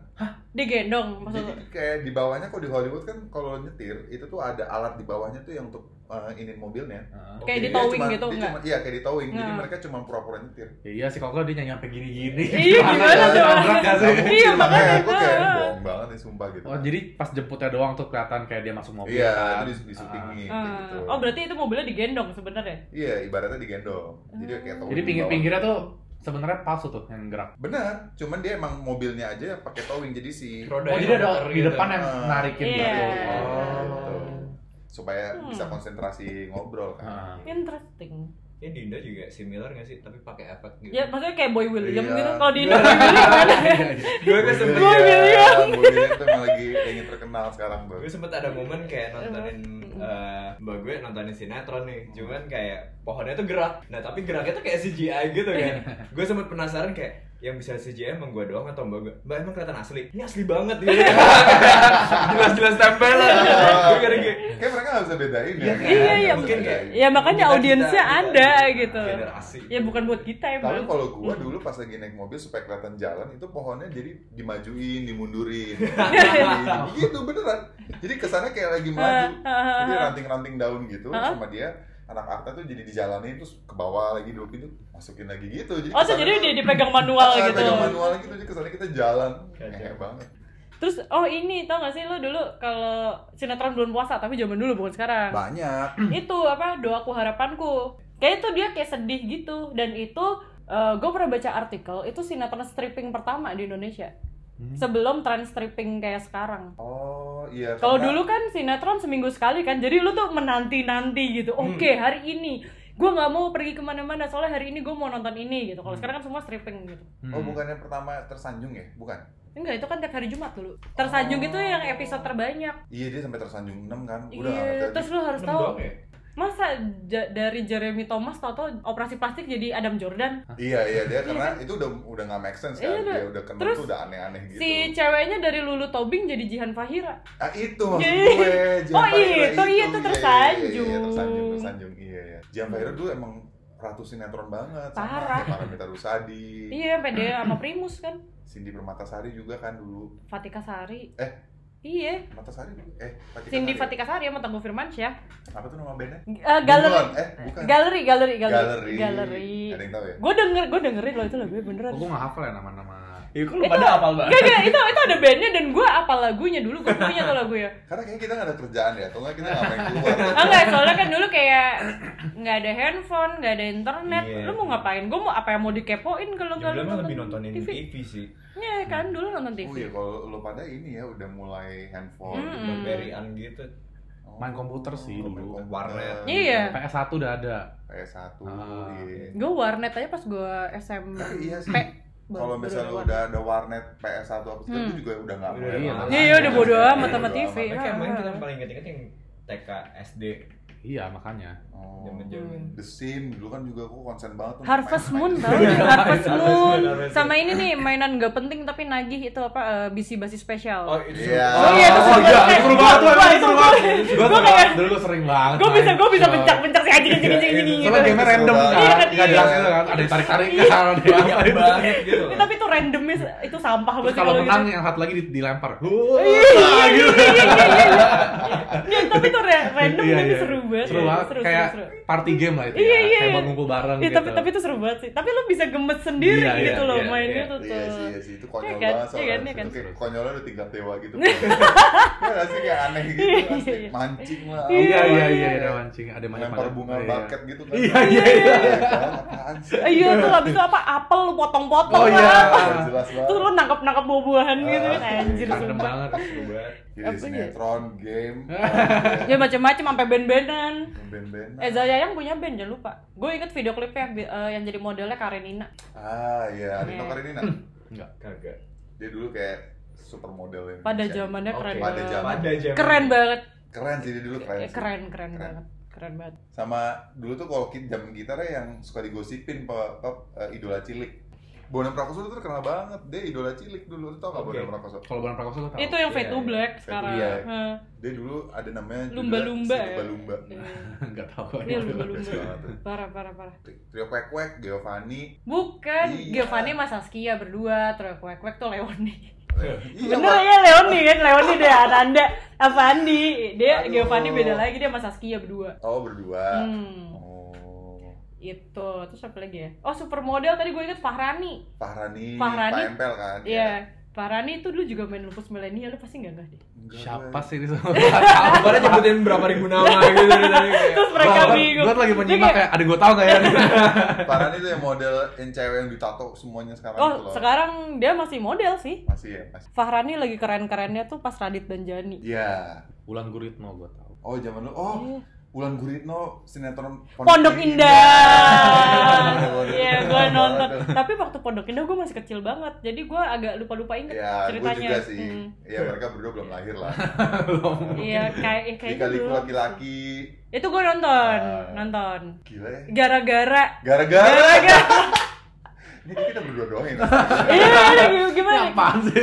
Speaker 2: Digendong
Speaker 1: Jadi
Speaker 2: maksudnya.
Speaker 1: kayak di bawahnya kok di Hollywood kan kalau nyetir itu tuh ada alat di bawahnya tuh yang untuk eh, inin mobilnya.
Speaker 3: Heeh.
Speaker 2: Kayak
Speaker 1: Jadi
Speaker 2: di
Speaker 1: dia
Speaker 2: towing
Speaker 1: cuma-
Speaker 2: gitu
Speaker 1: dia
Speaker 2: enggak?
Speaker 1: cuma- Iya, kayak di towing. Jadi
Speaker 2: Nah.
Speaker 1: mereka cuma pura-pura nyetir.
Speaker 3: Ya, iya sih, kalau nggak dia nyanyi sampai gini-gini.
Speaker 2: Iya, gimana
Speaker 1: coba?
Speaker 3: Nabrak nggak sih?
Speaker 1: Nggak
Speaker 2: Iya,
Speaker 1: mungkin,
Speaker 2: makanya.
Speaker 1: Gue kayak
Speaker 2: Ah.
Speaker 1: bohong banget nih sumpah gitu.
Speaker 3: Oh, jadi pas jemputnya doang tuh kelihatan kayak dia masuk mobil.
Speaker 1: Iya,
Speaker 3: kan?
Speaker 1: itu di, di syutingin
Speaker 2: Ah.
Speaker 1: kayak gitu.
Speaker 2: Oh berarti itu mobilnya digendong sebenarnya.
Speaker 1: Iya, ibaratnya digendong. Jadi kayak
Speaker 3: Ah.
Speaker 1: towing.
Speaker 3: Jadi
Speaker 1: di bawah.
Speaker 3: pinggir-pinggirnya tuh sebenarnya palsu tuh yang gerak.
Speaker 1: Bener, cuman dia emang mobilnya aja pakai towing jadi si
Speaker 4: Roda
Speaker 3: Oh,
Speaker 4: yang
Speaker 3: jadi ada
Speaker 4: muter
Speaker 3: di
Speaker 4: gitu.
Speaker 3: depan yang
Speaker 1: Ah.
Speaker 3: narikin
Speaker 2: Iya.
Speaker 3: gitu.
Speaker 1: Gitu.
Speaker 3: Oh.
Speaker 1: supaya
Speaker 2: Hmm.
Speaker 1: bisa konsentrasi ngobrol
Speaker 2: Iya.
Speaker 1: kan.
Speaker 3: Heeh.
Speaker 2: Interesting.
Speaker 4: Ya Dinda juga similar gak sih? Tapi pakai efek gitu.
Speaker 2: Ya maksudnya kayak Boy William
Speaker 1: Iya.
Speaker 2: gitu. Kalau di Indonesia mana?
Speaker 3: iya.
Speaker 4: gue kan sempet
Speaker 2: Boy William.
Speaker 1: Boy William Iya, tuh emang lagi pengen terkenal sekarang tuh.
Speaker 4: gue sempet ada momen kayak nontonin eh, mbak gue nontonin sinetron nih cuman kayak pohonnya tuh gerak nah tapi geraknya tuh kayak CGI gitu kan gue sempet penasaran kayak yang bisa CGM emang gua doang atau mbak gua? Mbak emang kelihatan asli? Ini asli banget gitu. Jelas-jelas tempelan. Gua gara-gara
Speaker 1: Kayak mereka nggak bisa bedain ya.
Speaker 4: kan?
Speaker 2: Iya, iya,
Speaker 4: Mungkin
Speaker 1: mungkin gitu.
Speaker 4: kayak- kan.
Speaker 2: Ya makanya
Speaker 4: Kita-
Speaker 2: audiensnya
Speaker 4: kita-
Speaker 2: ada
Speaker 4: kita-
Speaker 2: gitu.
Speaker 4: generasi.
Speaker 2: Ya bukan buat kita
Speaker 1: Tapi
Speaker 2: emang.
Speaker 1: kalau gua dulu pas lagi naik mobil supaya kelihatan jalan itu pohonnya jadi dimajuin, dimundurin. gitu beneran. Jadi kesannya kayak
Speaker 2: Ah,
Speaker 1: lagi maju.
Speaker 2: Uh,
Speaker 1: iya. Jadi ranting-ranting daun gitu
Speaker 2: Hah?
Speaker 1: sama dia anak akta tuh jadi dijalanin terus ke bawah lagi dua pintu masukin lagi gitu. Jadi
Speaker 2: Oh, so
Speaker 1: kesannya
Speaker 2: jadi
Speaker 1: tuh-
Speaker 2: di- dipegang manual
Speaker 1: Ah,
Speaker 2: gitu.
Speaker 1: Pegang manual gitu jadi kesannya kita jalan.
Speaker 4: Kacau.
Speaker 1: Hehe banget.
Speaker 2: Terus oh ini tau gak sih lu dulu kalau sinetron bulan puasa tapi zaman dulu bukan sekarang.
Speaker 1: Banyak.
Speaker 2: itu apa doaku harapanku kayak itu dia kayak sedih gitu dan itu gue pernah baca artikel itu sinetron stripping pertama di Indonesia sebelum trend stripping kayak sekarang
Speaker 1: Oh, iya.
Speaker 2: kalau
Speaker 1: karena-
Speaker 2: dulu kan sinetron seminggu sekali kan jadi lu tuh menanti nanti gitu
Speaker 4: Hmm.
Speaker 2: oke hari ini gue nggak mau pergi kemana-mana soalnya hari ini gue mau nonton ini
Speaker 4: Hmm.
Speaker 2: gitu kalau sekarang kan semua stripping gitu
Speaker 3: Hmm.
Speaker 1: Oh, bukannya pertama tersanjung ya? Bukan.
Speaker 2: enggak itu kan tiap hari Jumat dulu tersanjung itu yang
Speaker 4: Oh.
Speaker 2: episode terbanyak
Speaker 1: Iya, dia sampai tersanjung 6 kan. Udah.
Speaker 2: iya
Speaker 1: nggak
Speaker 2: terus
Speaker 1: ngerti.
Speaker 2: lu harus
Speaker 4: Enam
Speaker 2: tahu
Speaker 4: doang ya?
Speaker 2: masa ja- dari Jeremy Thomas tau-tau operasi plastik jadi Adam Jordan
Speaker 1: Iya, iya dia karena itu udah udah nggak make sense kan.
Speaker 2: kan? Iya, udah.
Speaker 1: Dia udah kenal
Speaker 2: Terus
Speaker 1: tuh udah aneh-aneh gitu.
Speaker 2: Si ceweknya dari Lulu Tobing jadi Jihan Fahira.
Speaker 1: Ah itu maksud
Speaker 2: Iya.
Speaker 1: gue. Fahira
Speaker 2: Oh, itu, iya, itu
Speaker 1: Iya, iya, iya,
Speaker 2: tersanjung.
Speaker 1: tersanjung, tersanjung. Iya, iya. Jam Fahira dulu emang ratu sinetron banget.
Speaker 2: Parah.
Speaker 1: Sama Mita Rusadi,
Speaker 2: Iya, sampai dia sama Primus kan.
Speaker 1: Cindy Permatasari juga kan dulu.
Speaker 2: Fatika Sari.
Speaker 1: Eh.
Speaker 2: Iya.
Speaker 1: Permatasari dulu. Eh, Fatika
Speaker 2: Cindy
Speaker 1: Sari.
Speaker 2: Fatika Sari sama Teguh Firmansyah.
Speaker 1: Apa tuh nama bandnya?
Speaker 2: G- eh, galeri.
Speaker 1: Bunglon. Eh, bukan.
Speaker 2: Galeri, galeri, galeri.
Speaker 1: Galeri.
Speaker 2: Galeri.
Speaker 1: Ada yang tahu ya?
Speaker 2: Gue denger, gue dengerin loh itu lagunya beneran.
Speaker 3: Oh, gue nggak hafal ya nama-nama.
Speaker 4: Iya, kok lu pada apal
Speaker 2: Gak,
Speaker 4: banget.
Speaker 2: gak, itu, itu ada bandnya dan gue apa lagunya dulu, gue punya tuh lagunya
Speaker 1: Karena kayaknya kita nggak ada kerjaan ya, atau nggak kita nggak main keluar.
Speaker 2: Ah enggak, soalnya kan dulu kayak nggak ada handphone, nggak ada internet
Speaker 4: Iya.
Speaker 2: Lu mau ngapain? Gue mau apa yang mau dikepoin
Speaker 1: Ya
Speaker 2: kalau
Speaker 4: Jam
Speaker 2: nggak lu
Speaker 4: lebih nontonin TV sih.
Speaker 2: Iya kan, dulu nonton TV
Speaker 1: Oh iya, kalau lo pada ini ya udah mulai handphone.
Speaker 2: Mm-mm.
Speaker 4: Barbarian Oh, gitu.
Speaker 1: Oh,
Speaker 3: Main komputer sih
Speaker 1: main
Speaker 3: dulu.
Speaker 1: komputer.
Speaker 4: Warnet.
Speaker 2: Iya.
Speaker 3: PS1 udah ada.
Speaker 1: PS1.
Speaker 3: Ah.
Speaker 1: iya.
Speaker 2: Gue warnet aja pas gue SMP.
Speaker 1: Nah, iya sih. Kalau
Speaker 2: baru- baru
Speaker 1: misalnya
Speaker 2: ada warnet. Hmm.
Speaker 1: udah ada warnet PS1 apa segala itu juga udah nggak
Speaker 4: Udah,
Speaker 1: main.
Speaker 4: iya,
Speaker 1: lagi.
Speaker 2: Iya, iya, udah bodo
Speaker 1: Iya,
Speaker 2: amat sama
Speaker 1: bodo
Speaker 2: TV.
Speaker 1: amat.
Speaker 4: Tapi kayak main
Speaker 2: Ah.
Speaker 4: kita yang paling inget-inget yang TK, SD,
Speaker 3: Iya, makanya.
Speaker 1: Oh.
Speaker 4: zaman-zaman.
Speaker 1: The Sim dulu kan juga aku konsen banget tuh.
Speaker 2: Harvest
Speaker 1: main-main.
Speaker 2: Moon tau
Speaker 3: Iya,
Speaker 2: nggak? Harvest
Speaker 4: Harvest
Speaker 2: Moon
Speaker 4: Moon, Harvest
Speaker 2: sama ini nih mainan gak penting tapi nagih itu apa eh, bisi basi
Speaker 4: Oh,
Speaker 2: spesial.
Speaker 4: itu
Speaker 1: Iya.
Speaker 4: seru.
Speaker 1: Oh,
Speaker 2: iya, itu seru banget.
Speaker 3: itu seru banget tuh,
Speaker 2: Gua-
Speaker 3: emang itu seru
Speaker 2: gua-
Speaker 3: banget.
Speaker 2: gua-
Speaker 3: Gua
Speaker 2: gua
Speaker 3: seru-
Speaker 2: kayak-
Speaker 3: Dulu gua sering banget.
Speaker 2: Gue bisa gue bisa
Speaker 3: main.
Speaker 2: pencak pencak si anjing anjing anjing anjing
Speaker 3: Soalnya
Speaker 2: gitu.
Speaker 3: game random kan,
Speaker 1: Iya,
Speaker 2: kan,
Speaker 3: nggak
Speaker 2: iya.
Speaker 3: jelas gitu kan, ada yang tarik-tarikan, ada yang apa
Speaker 4: Banyak
Speaker 3: itu.
Speaker 4: banget gitu. loh.
Speaker 2: Tapi itu randomnya se- itu sampah
Speaker 3: Terus
Speaker 2: banget sih
Speaker 3: kalau
Speaker 2: kalau
Speaker 3: menang gitu.
Speaker 2: gitu.
Speaker 3: yang satu lagi di- dilempar.
Speaker 2: Iya, iya, iya, iya, iya, iya, iya. Iya, tapi itu ra- random
Speaker 3: Iya,
Speaker 2: tapi
Speaker 3: iya.
Speaker 2: seru banget.
Speaker 3: Seru banget,
Speaker 2: seru,
Speaker 3: kayak
Speaker 2: seru.
Speaker 3: party game lah itu.
Speaker 2: Iya, iya,
Speaker 3: Kayak
Speaker 2: iya.
Speaker 3: buat ngumpul bareng
Speaker 2: Iya,
Speaker 3: gitu.
Speaker 2: tapi tapi itu seru banget sih. Tapi lu bisa gemes sendiri
Speaker 3: Iya, iya,
Speaker 2: gitu loh
Speaker 4: iya,
Speaker 2: main
Speaker 4: iya.
Speaker 2: itu tuh.
Speaker 1: Iya sih, iya sih itu konyol
Speaker 2: Iya kan?
Speaker 1: banget soalnya
Speaker 2: Iya kan, iya kan.
Speaker 1: itu kayak konyolnya udah tingkat dewa gitu. Iya nggak sih kayak aneh gitu, asli
Speaker 2: iya.
Speaker 1: mancing lah.
Speaker 3: Iya,
Speaker 1: apa,
Speaker 3: iya, iya, ada mancing, ada macam-macam.
Speaker 1: Lempar bunga
Speaker 3: Iya.
Speaker 1: bucket gitu kan.
Speaker 3: Iya, iya, iya.
Speaker 1: kan, apaan sih?
Speaker 2: Eh, Iya, terus habis itu apa apel lu potong-potong
Speaker 3: Oh,
Speaker 2: lah.
Speaker 3: iya.
Speaker 1: Nggak jelas banget.
Speaker 2: Terus lu nangkep-nangkep buah-buahan gitu kan
Speaker 1: Ah,
Speaker 2: anjir
Speaker 3: Random
Speaker 2: sumpah.
Speaker 3: banget.
Speaker 4: Seru banget.
Speaker 1: Jadi
Speaker 2: Apa ya?
Speaker 1: sinetron, game,
Speaker 2: Ya macam-macam sampai band-bandan.
Speaker 1: band-band.
Speaker 2: Eza Yayang punya band jangan lupa. Gue inget video klipnya bi- eh, yang jadi modelnya Karenina.
Speaker 1: Ah iya, Rino Karenina.
Speaker 3: Enggak.
Speaker 4: Kagak.
Speaker 1: Dia dulu kayak supermodel yang
Speaker 2: Pada
Speaker 1: Indonesia.
Speaker 2: zamannya
Speaker 3: Oke.
Speaker 2: keren
Speaker 1: Pada
Speaker 2: banget.
Speaker 1: zaman.
Speaker 4: Pada zaman.
Speaker 2: Keren banget.
Speaker 1: Keren sih dia dulu keren.
Speaker 2: Eh,
Speaker 1: sih.
Speaker 2: Keren, keren
Speaker 1: Keren.
Speaker 2: banget. Keren banget.
Speaker 1: Sama dulu tuh kalau kit jam gitarnya yang suka digosipin pe, pe- eh, idola cilik. Bondan Prakoso tuh terkenal banget. Dia idola cilik dulu. Lu tau gak
Speaker 4: Oke.
Speaker 1: Bondan Prakoso?
Speaker 3: Kalau bulan
Speaker 1: Oh,
Speaker 3: prakoso tuh tahu.
Speaker 2: Itu yang
Speaker 4: iya,
Speaker 2: Fade to
Speaker 4: iya.
Speaker 2: Black
Speaker 1: Fade to
Speaker 2: sekarang.
Speaker 1: Black.
Speaker 2: Heeh.
Speaker 1: Dia dulu ada namanya
Speaker 2: Lumba-lumba ya?
Speaker 1: Lumba Lumba.
Speaker 3: Enggak tahu.
Speaker 2: Iya, lumba-lumba.
Speaker 1: Keren banget tuh.
Speaker 2: Parah, parah, parah.
Speaker 1: Trio Kwek Kwek, Giovanni.
Speaker 2: Bukan,
Speaker 1: Iya.
Speaker 2: Giovanni sama Saskia berdua, terus kuek-kuek tuh Leoni.
Speaker 1: Iya,
Speaker 2: Bener
Speaker 1: Pak.
Speaker 2: ya Leoni kan, Leoni deh Ananda, apa Andi, dia
Speaker 1: Aduh.
Speaker 2: Giovanni beda lagi, dia sama Saskia berdua.
Speaker 1: Oh berdua.
Speaker 2: Hmm,
Speaker 1: Oh.
Speaker 2: itu, terus apa lagi ya? Oh supermodel tadi gue inget Fahrani,
Speaker 1: Fahrani,
Speaker 2: Fahrani.
Speaker 1: Pak Empel kan?
Speaker 2: iya. Fahrani itu dulu juga main lupus milenial, lu pasti nggak nggak deh.
Speaker 1: Enggak,
Speaker 3: Siapa
Speaker 1: gue-
Speaker 3: sih ini semua? Tahu.
Speaker 4: Pada nyebutin berapa ribu nama gitu.
Speaker 2: Terus mereka
Speaker 3: Gua-
Speaker 2: bingung.
Speaker 3: Gua lagi
Speaker 2: Dia
Speaker 3: menyimak
Speaker 2: kayak,
Speaker 3: kayak ada gua tahu enggak ya?
Speaker 1: Fahrani tuh yang model yang cewek yang ditato semuanya sekarang
Speaker 2: Oh
Speaker 1: itu loh.
Speaker 2: sekarang dia masih model sih.
Speaker 1: Masih ya, masih.
Speaker 2: Fahrani lagi keren-kerennya tuh pas Radit dan Jani.
Speaker 1: Iya.
Speaker 3: Ulan Guritno gua tahu.
Speaker 1: Oh, zaman lu. Oh, Ulan Guritno sinetron
Speaker 2: Pondok Indah. Iya, gue nonton.
Speaker 1: Aduh.
Speaker 2: Tapi waktu Pondok Indah gue masih kecil banget, jadi gue agak lupa-lupa inget
Speaker 1: Ya, gue
Speaker 2: ceritanya.
Speaker 1: juga sih.
Speaker 2: Mm.
Speaker 1: Iya, mereka berdua belum lahir lah.
Speaker 2: Iya, kayak eh,
Speaker 1: Jadi
Speaker 2: kayaknya
Speaker 1: kali
Speaker 2: belum.
Speaker 1: laki-laki.
Speaker 2: Itu gue nonton,
Speaker 1: Ah.
Speaker 2: nonton.
Speaker 1: Gila ya.
Speaker 2: Gara-gara,
Speaker 1: Gara-gara.
Speaker 2: gara-gara.
Speaker 1: Ini kita berdua doang ya.
Speaker 2: Iya, iya, iya, gimana?
Speaker 3: Apaan sih?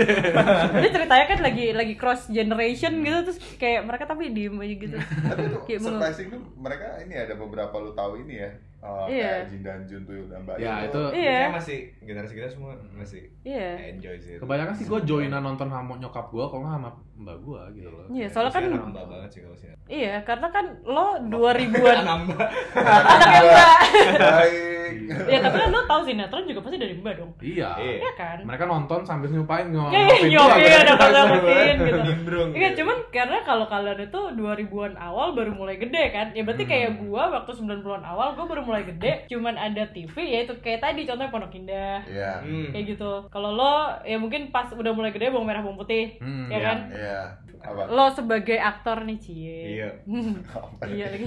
Speaker 2: Jadi ceritanya kan lagi lagi cross generation gitu terus kayak mereka tapi diem aja gitu.
Speaker 1: Tapi itu
Speaker 2: Kayak menurut-
Speaker 1: surprising tuh mereka ini ada beberapa lu tahu ini ya. eh,
Speaker 2: Iya.
Speaker 1: Kayak Jin dan Jun Tuyul dan Mbak
Speaker 3: Ya,
Speaker 1: Yul.
Speaker 3: itu-
Speaker 2: Iya.
Speaker 4: Biasanya masih generasi kita semua masih
Speaker 2: Iya.
Speaker 4: enjoy sih. Iya,
Speaker 3: Kebanyakan sih gue joinan nonton sama nyokap gue, kalau nggak sama mbak gue gitu loh.
Speaker 2: Iya, soalnya kan
Speaker 4: Anak mbak banget sih kalau sih.
Speaker 2: iya, karena kan lo 2000-an
Speaker 4: Anak mbak.
Speaker 2: anak yang Iya, mbak.
Speaker 1: Baik.
Speaker 2: Ya tapi kan lo tahu sinetron juga pasti dari mbak dong.
Speaker 3: Iya.
Speaker 4: Iya.
Speaker 2: Iya kan?
Speaker 3: Mereka nonton sambil nyupain Iya, nyuapin.
Speaker 2: Ya, ya, nyopin, ada kata
Speaker 4: banget.
Speaker 2: gitu.
Speaker 4: Nimbrung.
Speaker 2: Iya, cuman karena kalau kalian itu 2000-an awal baru mulai gede kan. Ya berarti kayak
Speaker 3: Hmm.
Speaker 2: gua waktu 90-an awal gua baru mulai gede, cuman ada TV ya itu kayak tadi contohnya Pondok Indah.
Speaker 1: Iya.
Speaker 4: Hmm.
Speaker 2: Kayak gitu. Kalau lo ya mungkin pas udah mulai gede bawang merah bawang putih,
Speaker 3: Hmm,
Speaker 2: ya
Speaker 3: iya.
Speaker 2: kan?
Speaker 1: Iya. Apa?
Speaker 2: Lo sebagai aktor nih, Cie.
Speaker 4: Iya.
Speaker 2: iya lagi.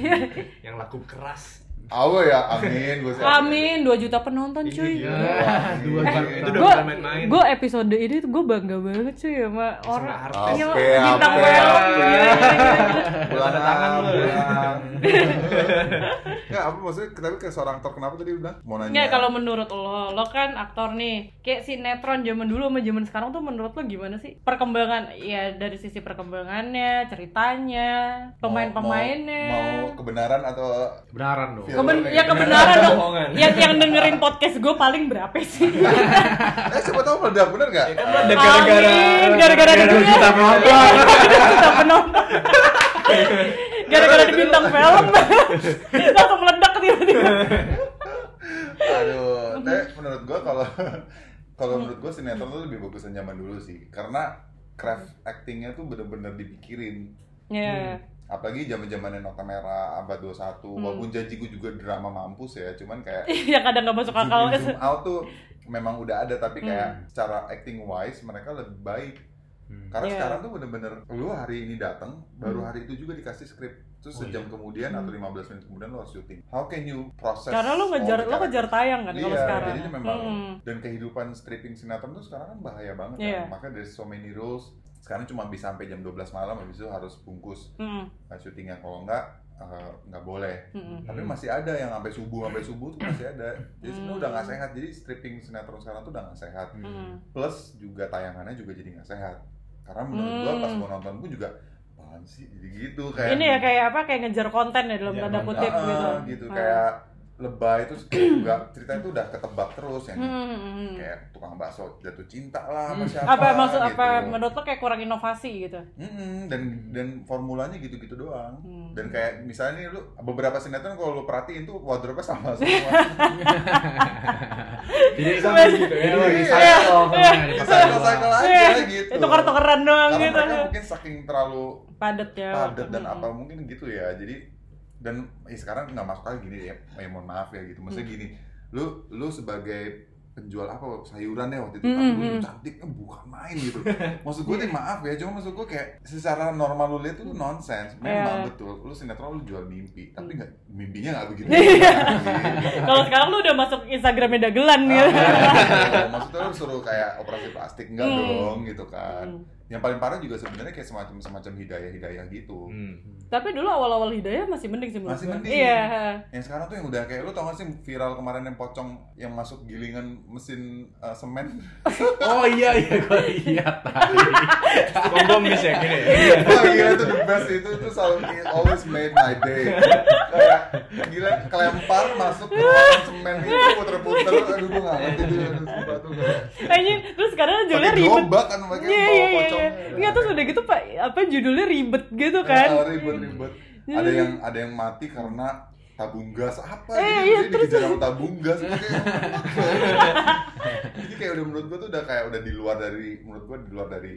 Speaker 4: Yang laku keras.
Speaker 1: Awe ya, amin. Gua sih-
Speaker 2: Amin, 2 juta penonton cuy.
Speaker 4: Iya.
Speaker 1: Wah,
Speaker 3: Dua
Speaker 1: iya.
Speaker 3: jam.
Speaker 4: Itu udah
Speaker 2: Gue
Speaker 4: bukan main-main.
Speaker 2: gue episode ini tuh gue bangga banget cuy sama
Speaker 4: Sama
Speaker 2: orang
Speaker 4: artis.
Speaker 2: Iya,
Speaker 1: Oke,
Speaker 2: bintang
Speaker 1: oke.
Speaker 2: film, gila, gila, gila.
Speaker 1: Bulan
Speaker 4: Tanda tangan lu.
Speaker 1: Enggak, apa maksudnya tapi kayak seorang aktor kenapa tadi lu bilang? Mau nanya.
Speaker 2: Nggak, kalau menurut lo, lo kan aktor nih Kayak sinetron zaman dulu sama zaman sekarang tuh menurut lo gimana sih? Perkembangan, ya dari sisi perkembangannya, ceritanya,
Speaker 1: Mau-
Speaker 2: pemain-pemainnya
Speaker 1: mau, mau kebenaran atau
Speaker 3: Benaran dong.
Speaker 4: Iya.
Speaker 1: Film.
Speaker 2: Keben ya kebenaran
Speaker 4: Kebenaran,
Speaker 2: dong.
Speaker 4: bohongan.
Speaker 2: Yang yang dengerin podcast gue paling berapa sih?
Speaker 1: eh siapa tahu meledak bener enggak?
Speaker 4: Kan lo ada gara-gara.
Speaker 2: Amin, gara-gara ada
Speaker 3: Gara-gara
Speaker 2: dunia.
Speaker 3: juta penonton.
Speaker 2: Juta penonton. Gara-gara di bintang film langsung meledak tiba-tiba.
Speaker 1: Aduh, tapi menurut gua kalau kalau menurut gua sinetron tuh lebih bagusan zaman dulu sih, karena craft actingnya tuh bener-bener dipikirin. Iya.
Speaker 2: Ya,
Speaker 1: Apalagi zaman zamannya Nota Merah, Abad 21,
Speaker 2: Hmm.
Speaker 1: walaupun janji gua juga drama mampus ya, cuman kayak
Speaker 2: yang Iya, kadang nggak masuk
Speaker 1: zoom
Speaker 2: akal. Hmm.
Speaker 1: in, zoom out tuh memang udah ada, tapi kayak secara acting wise mereka lebih baik.
Speaker 3: Hmm.
Speaker 1: Karena
Speaker 2: Iya. Hmm.
Speaker 1: sekarang tuh bener-bener lu hari ini datang, baru hari itu juga dikasih skrip. Terus
Speaker 3: Oh,
Speaker 1: sejam kemudian atau 15 menit kemudian lo harus syuting. How can you process?
Speaker 2: Karena
Speaker 1: all
Speaker 2: lo ngejar,
Speaker 1: the
Speaker 2: lo ngejar
Speaker 1: characters?
Speaker 2: tayang kan kalau
Speaker 1: Iya,
Speaker 2: sekarang.
Speaker 1: jadinya memang
Speaker 2: Mm.
Speaker 1: dan kehidupan stripping sinetron tuh sekarang kan bahaya banget
Speaker 2: Iya.
Speaker 1: kan. Makanya dari so many rules sekarang cuma bisa sampai jam 12 malam habis itu harus bungkus
Speaker 2: Mm.
Speaker 1: nah, syutingnya kalau enggak eh, nggak boleh.
Speaker 2: Mm.
Speaker 1: Tapi masih ada yang sampai subuh sampai subuh tuh masih ada. Jadi
Speaker 2: Hmm.
Speaker 1: sebenarnya udah nggak sehat. Jadi stripping sinetron sekarang tuh udah nggak sehat.
Speaker 2: Mm.
Speaker 1: Plus juga tayangannya juga jadi nggak sehat. Karena menurut gua
Speaker 2: Hmm.
Speaker 1: pas gua nonton pun juga apaan sih jadi gitu kayak
Speaker 2: Ini ya kayak apa? Kayak ngejar konten ya dalam
Speaker 4: Ngejar
Speaker 2: tanda
Speaker 4: konten.
Speaker 2: kutip
Speaker 1: Ah,
Speaker 2: gitu.
Speaker 1: gitu
Speaker 2: Ah.
Speaker 1: kayak lebay terus kayak juga ceritanya tuh udah ketebak terus yang
Speaker 2: Mm, mm, mm.
Speaker 1: kayak tukang bakso jatuh cinta lah sama siapa
Speaker 2: Hmm. Apa maksud
Speaker 1: gitu.
Speaker 2: apa menurut lo kayak kurang inovasi gitu?
Speaker 1: Mm-mm, dan dan formulanya gitu-gitu doang
Speaker 2: Hmm.
Speaker 1: dan kayak misalnya nih lu beberapa sinetron kalau lu perhatiin tuh wardrobe sama semua
Speaker 3: Jadi
Speaker 4: Bisa gitu ya.
Speaker 3: Jadi
Speaker 1: Iya.
Speaker 3: recycle
Speaker 2: Iya.
Speaker 3: semuanya,
Speaker 1: Bisa
Speaker 3: recycle.
Speaker 1: cycle aja
Speaker 2: Iya,
Speaker 1: gitu
Speaker 2: Itu tuker-tukeran doang
Speaker 1: karena
Speaker 2: gitu.
Speaker 1: mereka mungkin saking terlalu
Speaker 2: Padet ya.
Speaker 1: padat dan
Speaker 2: Mm-mm.
Speaker 1: apa mungkin gitu ya jadi dan eh, sekarang nggak masuk lagi gini ya eh, mohon maaf ya gitu
Speaker 2: Hmm.
Speaker 1: maksudnya gini lu lu sebagai penjual apa sayuran ya waktu itu
Speaker 2: Hmm,
Speaker 1: tapi lu
Speaker 2: hmm.
Speaker 1: cantiknya bukan main gitu maksud gue nih maaf ya cuma maksud gue kayak secara normal lu lihat itu nonsense memang
Speaker 2: Hmm. Iya. Hmm.
Speaker 1: betul lu sinetron lu jual mimpi tapi nggak mimpinya nggak begitu
Speaker 2: Iya.
Speaker 1: Gitu.
Speaker 2: Kalau sekarang lu udah masuk Instagramnya dagelan gitu.
Speaker 1: Ah, Iya. maksudnya lu suruh kayak operasi plastik enggak
Speaker 2: Hmm.
Speaker 1: dong gitu kan
Speaker 2: Hmm.
Speaker 1: yang paling parah juga sebenarnya kayak semacam semacam hidayah hidayah gitu
Speaker 4: Hmm.
Speaker 2: Tapi dulu awal-awal Hidayah masih mending sih menurut
Speaker 1: Masih
Speaker 2: gua.
Speaker 1: mending.
Speaker 2: Iya.
Speaker 1: Yang sekarang tuh yang udah kayak lu tau gak sih viral kemarin yang pocong yang masuk gilingan mesin eh, semen.
Speaker 3: Oh iya iya gue lihat tadi.
Speaker 4: Kompromis ya gini ya.
Speaker 1: Wah gila itu the best itu itu selalu it always made my day. Kayak gila kelempar masuk ke ruangan semen itu puter-puter aduh gua gak ngerti tuh aduh, sumpah tuh kayak.
Speaker 2: Anjing, terus Eh, sekarang judulnya
Speaker 1: Pakai
Speaker 2: ribet.
Speaker 1: gerobak kan pakai
Speaker 2: Iya
Speaker 1: bawa
Speaker 2: iya iya.
Speaker 1: pocongnya.
Speaker 2: Enggak terus udah gitu Pak, apa judulnya ribet gitu
Speaker 1: Ah,
Speaker 2: kan.
Speaker 1: ribet-ribet. Ada yang ada yang mati karena tabung gas apa
Speaker 2: Eh,
Speaker 1: gitu
Speaker 2: iya,
Speaker 1: jadi dikejar sama tabung gas Kayak, what the heck? jadi kayak udah menurut gua tuh udah kayak udah di luar dari menurut gua di luar dari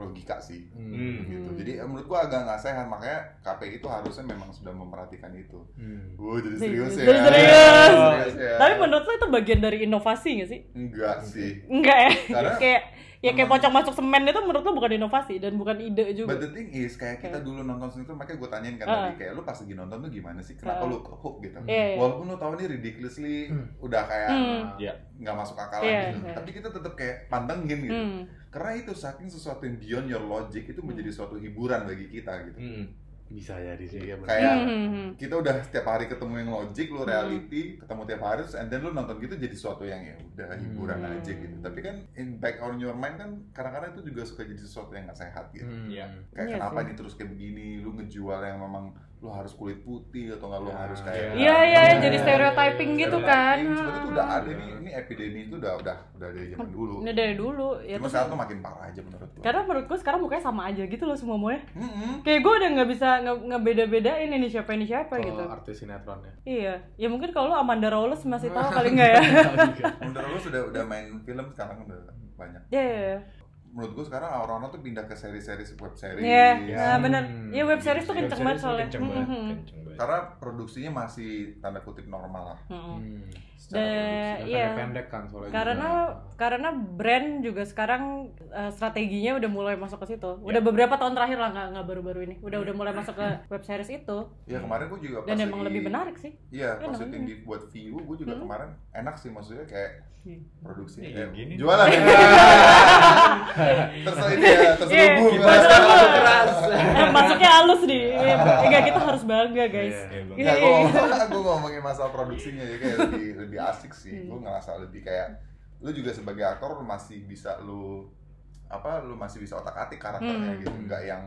Speaker 1: logika sih
Speaker 4: Hmm.
Speaker 1: gitu jadi eh, menurut gua agak nggak sehat makanya KPI itu harusnya memang sudah memperhatikan itu
Speaker 3: Hmm.
Speaker 1: Wuh, jadi serius ya
Speaker 2: Jadi serius.
Speaker 1: Serius ya.
Speaker 2: Tapi menurut lo itu bagian dari inovasi gak sih?
Speaker 1: enggak sih
Speaker 2: Enggak ya.
Speaker 1: Karena-
Speaker 2: kayak ya kayak
Speaker 1: Emang-
Speaker 2: pocong masuk semen itu menurut lo bukan inovasi dan bukan ide juga.
Speaker 1: But the thing is, kayak kita dulu nonton sinetron, makanya gue tanyain kan
Speaker 2: Ah.
Speaker 1: tadi, kayak lu pas lagi nonton tuh gimana sih, kenapa
Speaker 2: Ah.
Speaker 1: lu ke hook gitu
Speaker 2: Iya, iya.
Speaker 1: Walaupun lu tahu nih ridiculously udah kayak
Speaker 2: Hmm.
Speaker 3: Ya.
Speaker 4: Iya.
Speaker 1: nggak masuk akal
Speaker 2: Iya,
Speaker 1: gitu,
Speaker 2: iya.
Speaker 1: tapi kita tetap kayak pantengin gitu
Speaker 2: Hmm.
Speaker 1: Karena itu saking sesuatu yang beyond your logic itu menjadi suatu hiburan bagi kita gitu
Speaker 4: Hmm.
Speaker 3: bisa jadi sih ya bener.
Speaker 1: Kayak-
Speaker 2: Hmm.
Speaker 1: kita udah setiap hari ketemu yang logik lu reality ketemu tiap hari terus and then lu nonton gitu jadi sesuatu yang ya udah hiburan
Speaker 2: Hmm.
Speaker 1: aja gitu tapi kan in back on your mind kan kadang-kadang itu juga suka jadi sesuatu yang gak sehat gitu
Speaker 3: Hmm.
Speaker 4: Iya.
Speaker 1: kayak
Speaker 2: Iya
Speaker 1: kenapa
Speaker 2: sih.
Speaker 1: ini terus kayak begini lu ngejual yang memang lu harus kulit putih atau nggak lu
Speaker 3: Ya.
Speaker 1: harus kayak
Speaker 2: Iya iya
Speaker 3: Iya,
Speaker 2: jadi
Speaker 3: iya,
Speaker 2: stereotyping
Speaker 3: iya,
Speaker 2: gitu
Speaker 3: iya.
Speaker 2: kan.
Speaker 1: sebenarnya itu udah
Speaker 2: Ha, ha,
Speaker 1: ada nih ini epidemi itu udah udah udah dari zaman dulu
Speaker 2: ha. Ini dari dulu ya.
Speaker 1: cuma
Speaker 2: terus-
Speaker 1: sekarang tuh makin parah aja menurut gua
Speaker 2: Karena menurut gue sekarang mukanya sama aja gitu loh semua mukanya.
Speaker 1: Mm-mm.
Speaker 2: Kayak gue udah nggak bisa nge- ngebeda-bedain ini siapa ini siapa
Speaker 3: Kalau
Speaker 2: gitu.
Speaker 3: artis sinetron ya.
Speaker 2: Iya, ya mungkin kalau lu Amanda Rawls masih tahu kali nggak ya?
Speaker 1: menurut gua sudah udah main film sekarang udah banyak
Speaker 2: Iya, iya, iya.
Speaker 1: menurut gua sekarang orang-orang tuh pindah ke seri-seri web series
Speaker 2: Iya, nah
Speaker 3: Ya.
Speaker 2: benar.
Speaker 3: Hmm.
Speaker 2: Iya web series tuh
Speaker 4: Web
Speaker 2: kenceng
Speaker 4: series
Speaker 2: banget soalnya.
Speaker 4: Kenceng banget,
Speaker 2: Mhm.
Speaker 4: kenceng banget.
Speaker 1: karena produksinya masih tanda kutip normal lah
Speaker 2: Mhm.
Speaker 3: Hmm.
Speaker 1: secara
Speaker 2: The-
Speaker 1: produksi.
Speaker 3: Yang
Speaker 2: Iya.
Speaker 3: Pendek-pendek kan soalnya.
Speaker 2: Karena
Speaker 3: juga.
Speaker 2: karena brand juga sekarang eh, strateginya udah mulai masuk ke situ. Udah beberapa tahun terakhir lah nggak nggak baru-baru ini. Udah udah mulai masuk ke web series itu
Speaker 1: ya kemarin gua juga pas
Speaker 2: dan emang
Speaker 1: lagi-
Speaker 2: lebih menarik Hmm. sih.
Speaker 1: Iya,
Speaker 2: Enak,
Speaker 1: pas syuting
Speaker 2: enak.
Speaker 1: di buat view, gue juga kemarin enak sih maksudnya kayak
Speaker 2: Hmm.
Speaker 1: produksi eh,
Speaker 4: Iya, gini.
Speaker 1: jualan ya. terus ini ya, terselubung.
Speaker 2: Iya, kita
Speaker 4: terlalu
Speaker 2: Iya.
Speaker 4: keras.
Speaker 2: Eh, masuknya halus nih. Iya, Enggak kita harus bangga, guys.
Speaker 3: Iya.
Speaker 4: Iya, Bang.
Speaker 1: Nggak, gue, gue ngomongin masalah produksinya ya kayak lebih, lebih asik
Speaker 2: Hmm.
Speaker 1: sih. Gue ngerasa lebih kayak lu juga sebagai aktor lu masih bisa lu apa lu masih bisa otak-atik karakternya
Speaker 2: Hmm.
Speaker 1: gitu, nggak yang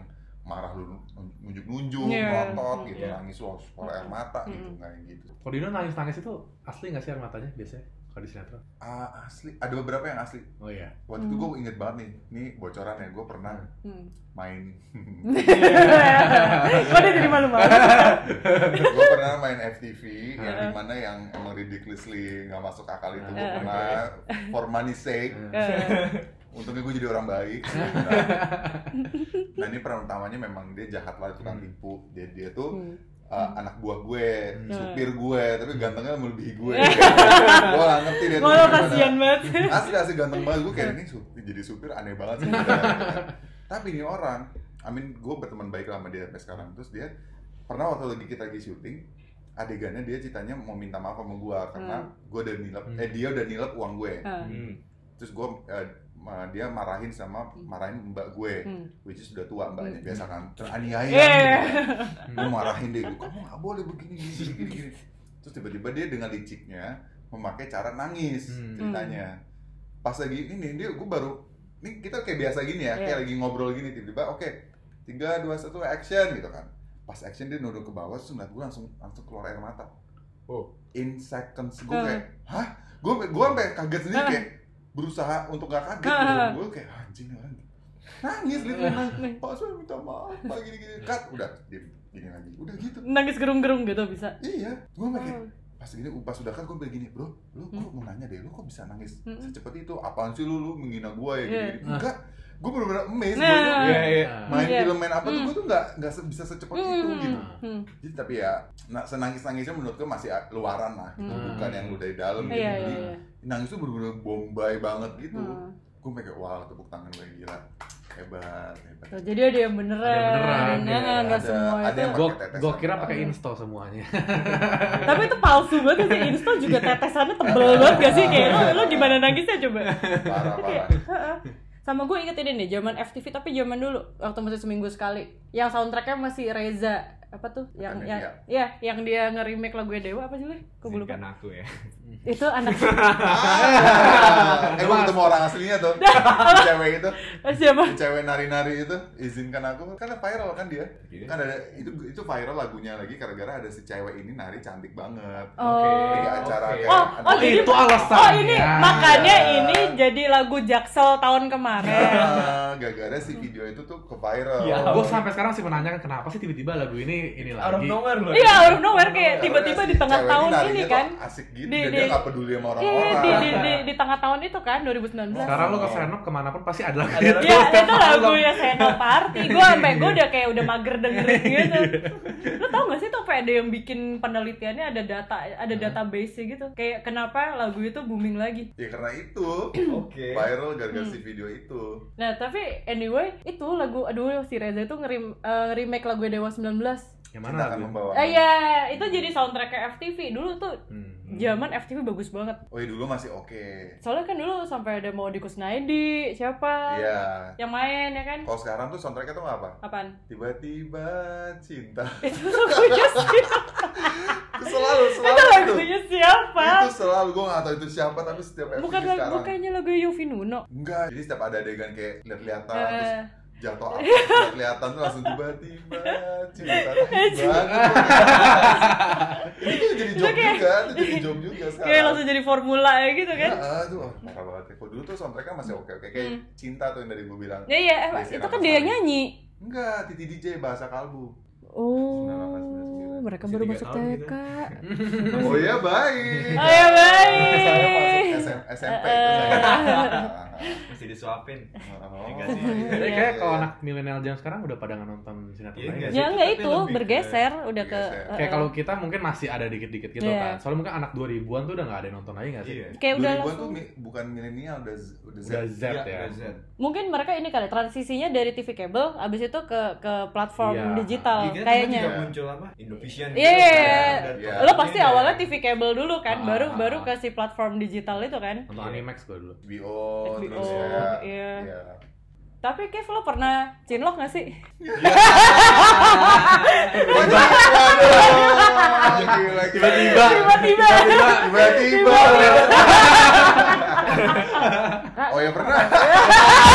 Speaker 1: marah lu nunjuk-nunjuk,
Speaker 2: Iya.
Speaker 1: ngotot gitu,
Speaker 4: Iya.
Speaker 1: nangis lu harus keluar air mata gitu,
Speaker 2: Hmm.
Speaker 1: nggak yang gitu.
Speaker 3: Kalau Dino nangis-nangis itu asli nggak sih air matanya biasanya? Kalau di sinetron?
Speaker 1: Ah, asli, ada beberapa yang asli.
Speaker 3: Oh iya.
Speaker 1: Waktu itu gue inget banget nih, ini bocoran ya, gue pernah
Speaker 2: Hmm.
Speaker 1: main
Speaker 2: Kok dia jadi malu-malu?
Speaker 1: gue pernah main FTV yang dimana yang emang ridiculously nggak masuk akal itu gue
Speaker 2: Eh.
Speaker 1: pernah for money sake
Speaker 2: Eh,
Speaker 1: untungnya gue jadi orang baik nah ini peran utamanya memang dia jahat lah tukang
Speaker 3: Hmm.
Speaker 1: tipu jadi dia tuh
Speaker 2: hmm.
Speaker 1: uh, anak buah gue
Speaker 3: Hmm.
Speaker 1: supir gue tapi gantengnya melebihi gue gue nggak ngerti dia tuh
Speaker 2: Walau
Speaker 1: gimana.
Speaker 2: kasihan banget.
Speaker 1: asli asli ganteng banget gue kayak ini su- jadi supir aneh banget sih sebenarnya. tapi ini orang I mean gue berteman baik sama dia sampai sekarang terus dia pernah waktu lagi kita lagi syuting adegannya dia ceritanya mau minta maaf sama gue karena gue udah nilep eh dia udah nilep uang gue
Speaker 2: Hmm.
Speaker 4: Hmm.
Speaker 1: terus gue eh, ma- dia marahin sama marahin mbak gue
Speaker 2: Hmm.
Speaker 1: which is udah tua mbaknya biasa kan teraniaya
Speaker 2: Iya.
Speaker 1: gitu. gue marahin dia gue kamu nggak boleh begini gini, gini, gini." terus tiba-tiba dia dengan liciknya memakai cara nangis
Speaker 3: Hmm.
Speaker 1: ceritanya pas lagi ini dia gue baru ini kita kayak biasa gini ya
Speaker 2: Iya.
Speaker 1: kayak lagi ngobrol gini tiba-tiba oke tiga dua satu action gitu kan pas action dia nunduk ke bawah terus ngeliat gue langsung langsung keluar air mata
Speaker 4: Oh.
Speaker 1: in seconds gue
Speaker 2: Hmm.
Speaker 1: kayak hah gue gue sampai kaget sendiri
Speaker 2: Hmm.
Speaker 1: kayak berusaha untuk gak kaget
Speaker 2: Hmm.
Speaker 1: gue kayak anjing orang nangis gitu nangis pak saya minta maaf pak gini gini cut udah diem gini lagi udah gitu
Speaker 2: Nangis gerung-gerung gitu bisa.
Speaker 1: iya gue kayak
Speaker 2: Hmm.
Speaker 1: pas gini pas udah kan gue bilang gini bro lu gue mau nanya deh lu kok bisa nangis
Speaker 2: Hmm.
Speaker 1: secepat itu apaan sih lu lu menghina gue ya gini,
Speaker 2: Iya.
Speaker 1: gini. enggak gue bener-bener amazed
Speaker 2: Nah.
Speaker 1: gua tuh
Speaker 4: Iya, iya.
Speaker 3: Nah,
Speaker 1: main
Speaker 2: Iya.
Speaker 1: film main apa tuh
Speaker 2: Hmm.
Speaker 1: gue tuh nggak nggak se- bisa secepat itu
Speaker 2: Hmm.
Speaker 1: gitu
Speaker 2: Hmm.
Speaker 1: jadi tapi ya nah, senangis nangisnya menurut gue masih a- luaran lah gitu.
Speaker 2: Hmm.
Speaker 1: bukan yang lu dari dalam gitu.
Speaker 2: Iya, iya,
Speaker 1: Jadi,
Speaker 2: iya.
Speaker 1: nangis tuh bener-bener bombay banget gitu
Speaker 2: Hmm.
Speaker 1: gue kayak wah tepuk tangan gue gila hebat hebat
Speaker 2: Tuh, jadi ada yang beneran,
Speaker 3: Ada yang beneran,
Speaker 2: ada yang
Speaker 3: iya.
Speaker 2: enggak, enggak
Speaker 1: Ada-
Speaker 2: semua
Speaker 1: ada
Speaker 2: itu.
Speaker 1: yang
Speaker 3: Gue
Speaker 1: pakai tetesan.
Speaker 3: gue kira pakai insto semuanya.
Speaker 2: Tapi itu palsu banget sih. Insta juga tetesannya tebel banget gak sih? Kayak lo, lo gimana nangisnya coba?
Speaker 1: parah parah
Speaker 2: Heeh. Sama gue inget ini nih, zaman FTV tapi zaman dulu waktu masih seminggu sekali. Yang soundtracknya masih Reza apa tuh? Yang
Speaker 1: Bukan
Speaker 2: yang
Speaker 1: Reza.
Speaker 2: ya, yang dia nge-remake lagu Dewa apa sih lu? Gue lupa.
Speaker 4: Izinkan aku ya.
Speaker 2: Itu anak Eh,
Speaker 1: Ah, emang ketemu orang aslinya tuh cewek itu
Speaker 2: siapa?
Speaker 1: cewek nari-nari itu izinkan aku karena viral kan dia
Speaker 4: Iya.
Speaker 1: kan ada itu itu viral lagunya lagi gara-gara ada si cewek ini nari cantik banget
Speaker 2: Oh.
Speaker 1: Kayak acara
Speaker 4: oke.
Speaker 1: kayak
Speaker 2: Oh,
Speaker 1: ada-
Speaker 2: oh, jadi-
Speaker 3: Itu alasannya.
Speaker 2: Oh ini makanya ini jadi lagu Jaksel tahun kemarin.
Speaker 1: Ah, gara-gara si video itu tuh ke viral
Speaker 4: Ya,
Speaker 3: Gue sampai sekarang sih menanyakan kenapa sih tiba-tiba lagu ini ini
Speaker 4: Out of
Speaker 3: lagi.
Speaker 4: nowhere loh.
Speaker 2: Iya, out of nowhere kayak
Speaker 1: Karena
Speaker 2: tiba-tiba
Speaker 1: si
Speaker 2: di tengah
Speaker 1: cewek
Speaker 2: tahun
Speaker 1: narinya
Speaker 2: ini
Speaker 1: tuh
Speaker 2: kan.
Speaker 1: asik gitu
Speaker 2: Di-
Speaker 1: dan
Speaker 2: di-
Speaker 1: dia nggak peduli sama
Speaker 2: Iya,
Speaker 1: orang-orang
Speaker 2: di, di, di, di tengah tahun itu kan 2019.
Speaker 3: Sekarang lo ke Senop kemana pun pasti ada lagu
Speaker 4: Ada
Speaker 3: itu.
Speaker 4: lagu.
Speaker 2: Iya,
Speaker 3: setiap
Speaker 2: itu lagu
Speaker 3: malam.
Speaker 2: ya Seno Party. Gue sampai gue udah kayak udah mager dengerin gitu. Lo tau gak sih tuh kayak ada yang bikin penelitiannya ada data ada database gitu. Kayak kenapa lagu itu booming lagi.
Speaker 1: ya karena itu
Speaker 4: Oke.
Speaker 1: viral gara-gara
Speaker 2: Hmm.
Speaker 1: si video itu
Speaker 2: Nah, tapi anyway, itu lagu aduh si Reza itu ngerim eh, remake lagu Dewa Eh, 19.
Speaker 3: Yang mana
Speaker 2: ya.
Speaker 1: kita akan
Speaker 3: lagu?
Speaker 2: iya.
Speaker 1: membawa
Speaker 2: Eh ya, itu jadi soundtrack ke FTV dulu tuh.
Speaker 3: Hmm.
Speaker 2: zaman FTV bagus banget.
Speaker 1: Oh iya dulu masih oke.
Speaker 2: Soalnya kan dulu sampai ada mau Kusnaidi, siapa
Speaker 1: Iya. Oh.
Speaker 2: yang main ya kan?
Speaker 1: Kalau sekarang tuh soundtracknya tuh apa?
Speaker 2: Apaan?
Speaker 1: Tiba-tiba cinta.
Speaker 2: Itu lagunya siapa?
Speaker 1: Itu selalu selalu
Speaker 2: Ah, Itu
Speaker 1: itu.
Speaker 2: lagunya siapa?
Speaker 1: Itu selalu gue gak tau itu siapa tapi setiap episode
Speaker 2: Bukan lagu,
Speaker 1: sekarang.
Speaker 2: bukannya lagu Yofi Nuno.
Speaker 1: Enggak. Jadi setiap ada adegan kayak lihat-lihatan terus
Speaker 2: Eh,
Speaker 1: jatuh apa nggak kelihatan tuh langsung tiba-tiba cinta
Speaker 2: Eh, cinta.
Speaker 1: Ini tuh jadi job
Speaker 2: Itu kayak-
Speaker 1: juga, itu jadi job juga sekarang.
Speaker 2: kayak langsung jadi formula ya gitu kan?
Speaker 1: Heeh, aduh, oh, parah banget. ya. Kalau dulu tuh soundtracknya masih oke oke kayak
Speaker 2: Hmm.
Speaker 1: cinta tuh yang dari gue bilang.
Speaker 2: Ya iya, eh,
Speaker 1: Desi
Speaker 2: itu kan
Speaker 1: Ratnasari.
Speaker 2: dia yang nyanyi.
Speaker 1: Enggak, Titi DJ bahasa kalbu.
Speaker 2: Oh,
Speaker 1: 98,
Speaker 2: mereka
Speaker 4: Masih
Speaker 2: baru
Speaker 4: tiga
Speaker 2: masuk Ya,
Speaker 4: tahun
Speaker 2: TK.
Speaker 4: gitu.
Speaker 1: Oh iya, baik.
Speaker 2: Oh ya
Speaker 1: Saya masuk
Speaker 2: baik. Eh.
Speaker 1: SM- SMP itu saya.
Speaker 4: Masih disuapin.
Speaker 1: Oh,
Speaker 4: Enggak sih.
Speaker 2: Iya.
Speaker 3: Jadi kayak kalau anak milenial zaman sekarang udah pada nggak nonton sinetron
Speaker 4: Iya,
Speaker 3: lagi
Speaker 4: nggak
Speaker 3: nggak sih?
Speaker 2: Ya enggak
Speaker 4: Tapi
Speaker 2: itu
Speaker 4: lebih ke-
Speaker 2: bergeser udah ke
Speaker 1: bergeser.
Speaker 2: eh,
Speaker 3: Kayak kalau kita mungkin masih ada dikit-dikit gitu
Speaker 2: Iya.
Speaker 3: kan. Soalnya mungkin anak 2000-an tuh udah nggak ada yang nonton lagi nggak sih?
Speaker 4: Iya.
Speaker 2: eh, kayak Ya, udah
Speaker 1: 2000-an tuh
Speaker 2: langsung
Speaker 1: mi- bukan milenial, udah Z- udah Z.
Speaker 3: Udah Z ya.
Speaker 4: Iya, udah Z.
Speaker 2: mungkin mereka ini kali transisinya dari TV kabel abis itu ke ke platform
Speaker 3: Iya.
Speaker 2: digital
Speaker 4: Iya, kan
Speaker 2: kayaknya
Speaker 4: tiba-tiba muncul apa? Indovision.
Speaker 2: Iya, iya, iya.
Speaker 4: Dan
Speaker 1: Iya.
Speaker 2: lo pasti
Speaker 4: Iya.
Speaker 2: awalnya TV kabel dulu kan
Speaker 3: Ah,
Speaker 2: baru
Speaker 3: ah,
Speaker 2: baru
Speaker 3: ah.
Speaker 2: ke
Speaker 3: Hmm.
Speaker 2: si platform digital itu kan
Speaker 3: Nonton
Speaker 4: Iya.
Speaker 3: Animax gue dulu.
Speaker 1: HBO, terus
Speaker 2: HBO,
Speaker 1: kayak
Speaker 2: iya.
Speaker 1: iya.
Speaker 2: tapi Kev lo pernah cinlok gak sih
Speaker 1: Waduh, gila, gila.
Speaker 3: Tiba-tiba.
Speaker 2: tiba-tiba
Speaker 1: tiba-tiba. Oh ya pernah.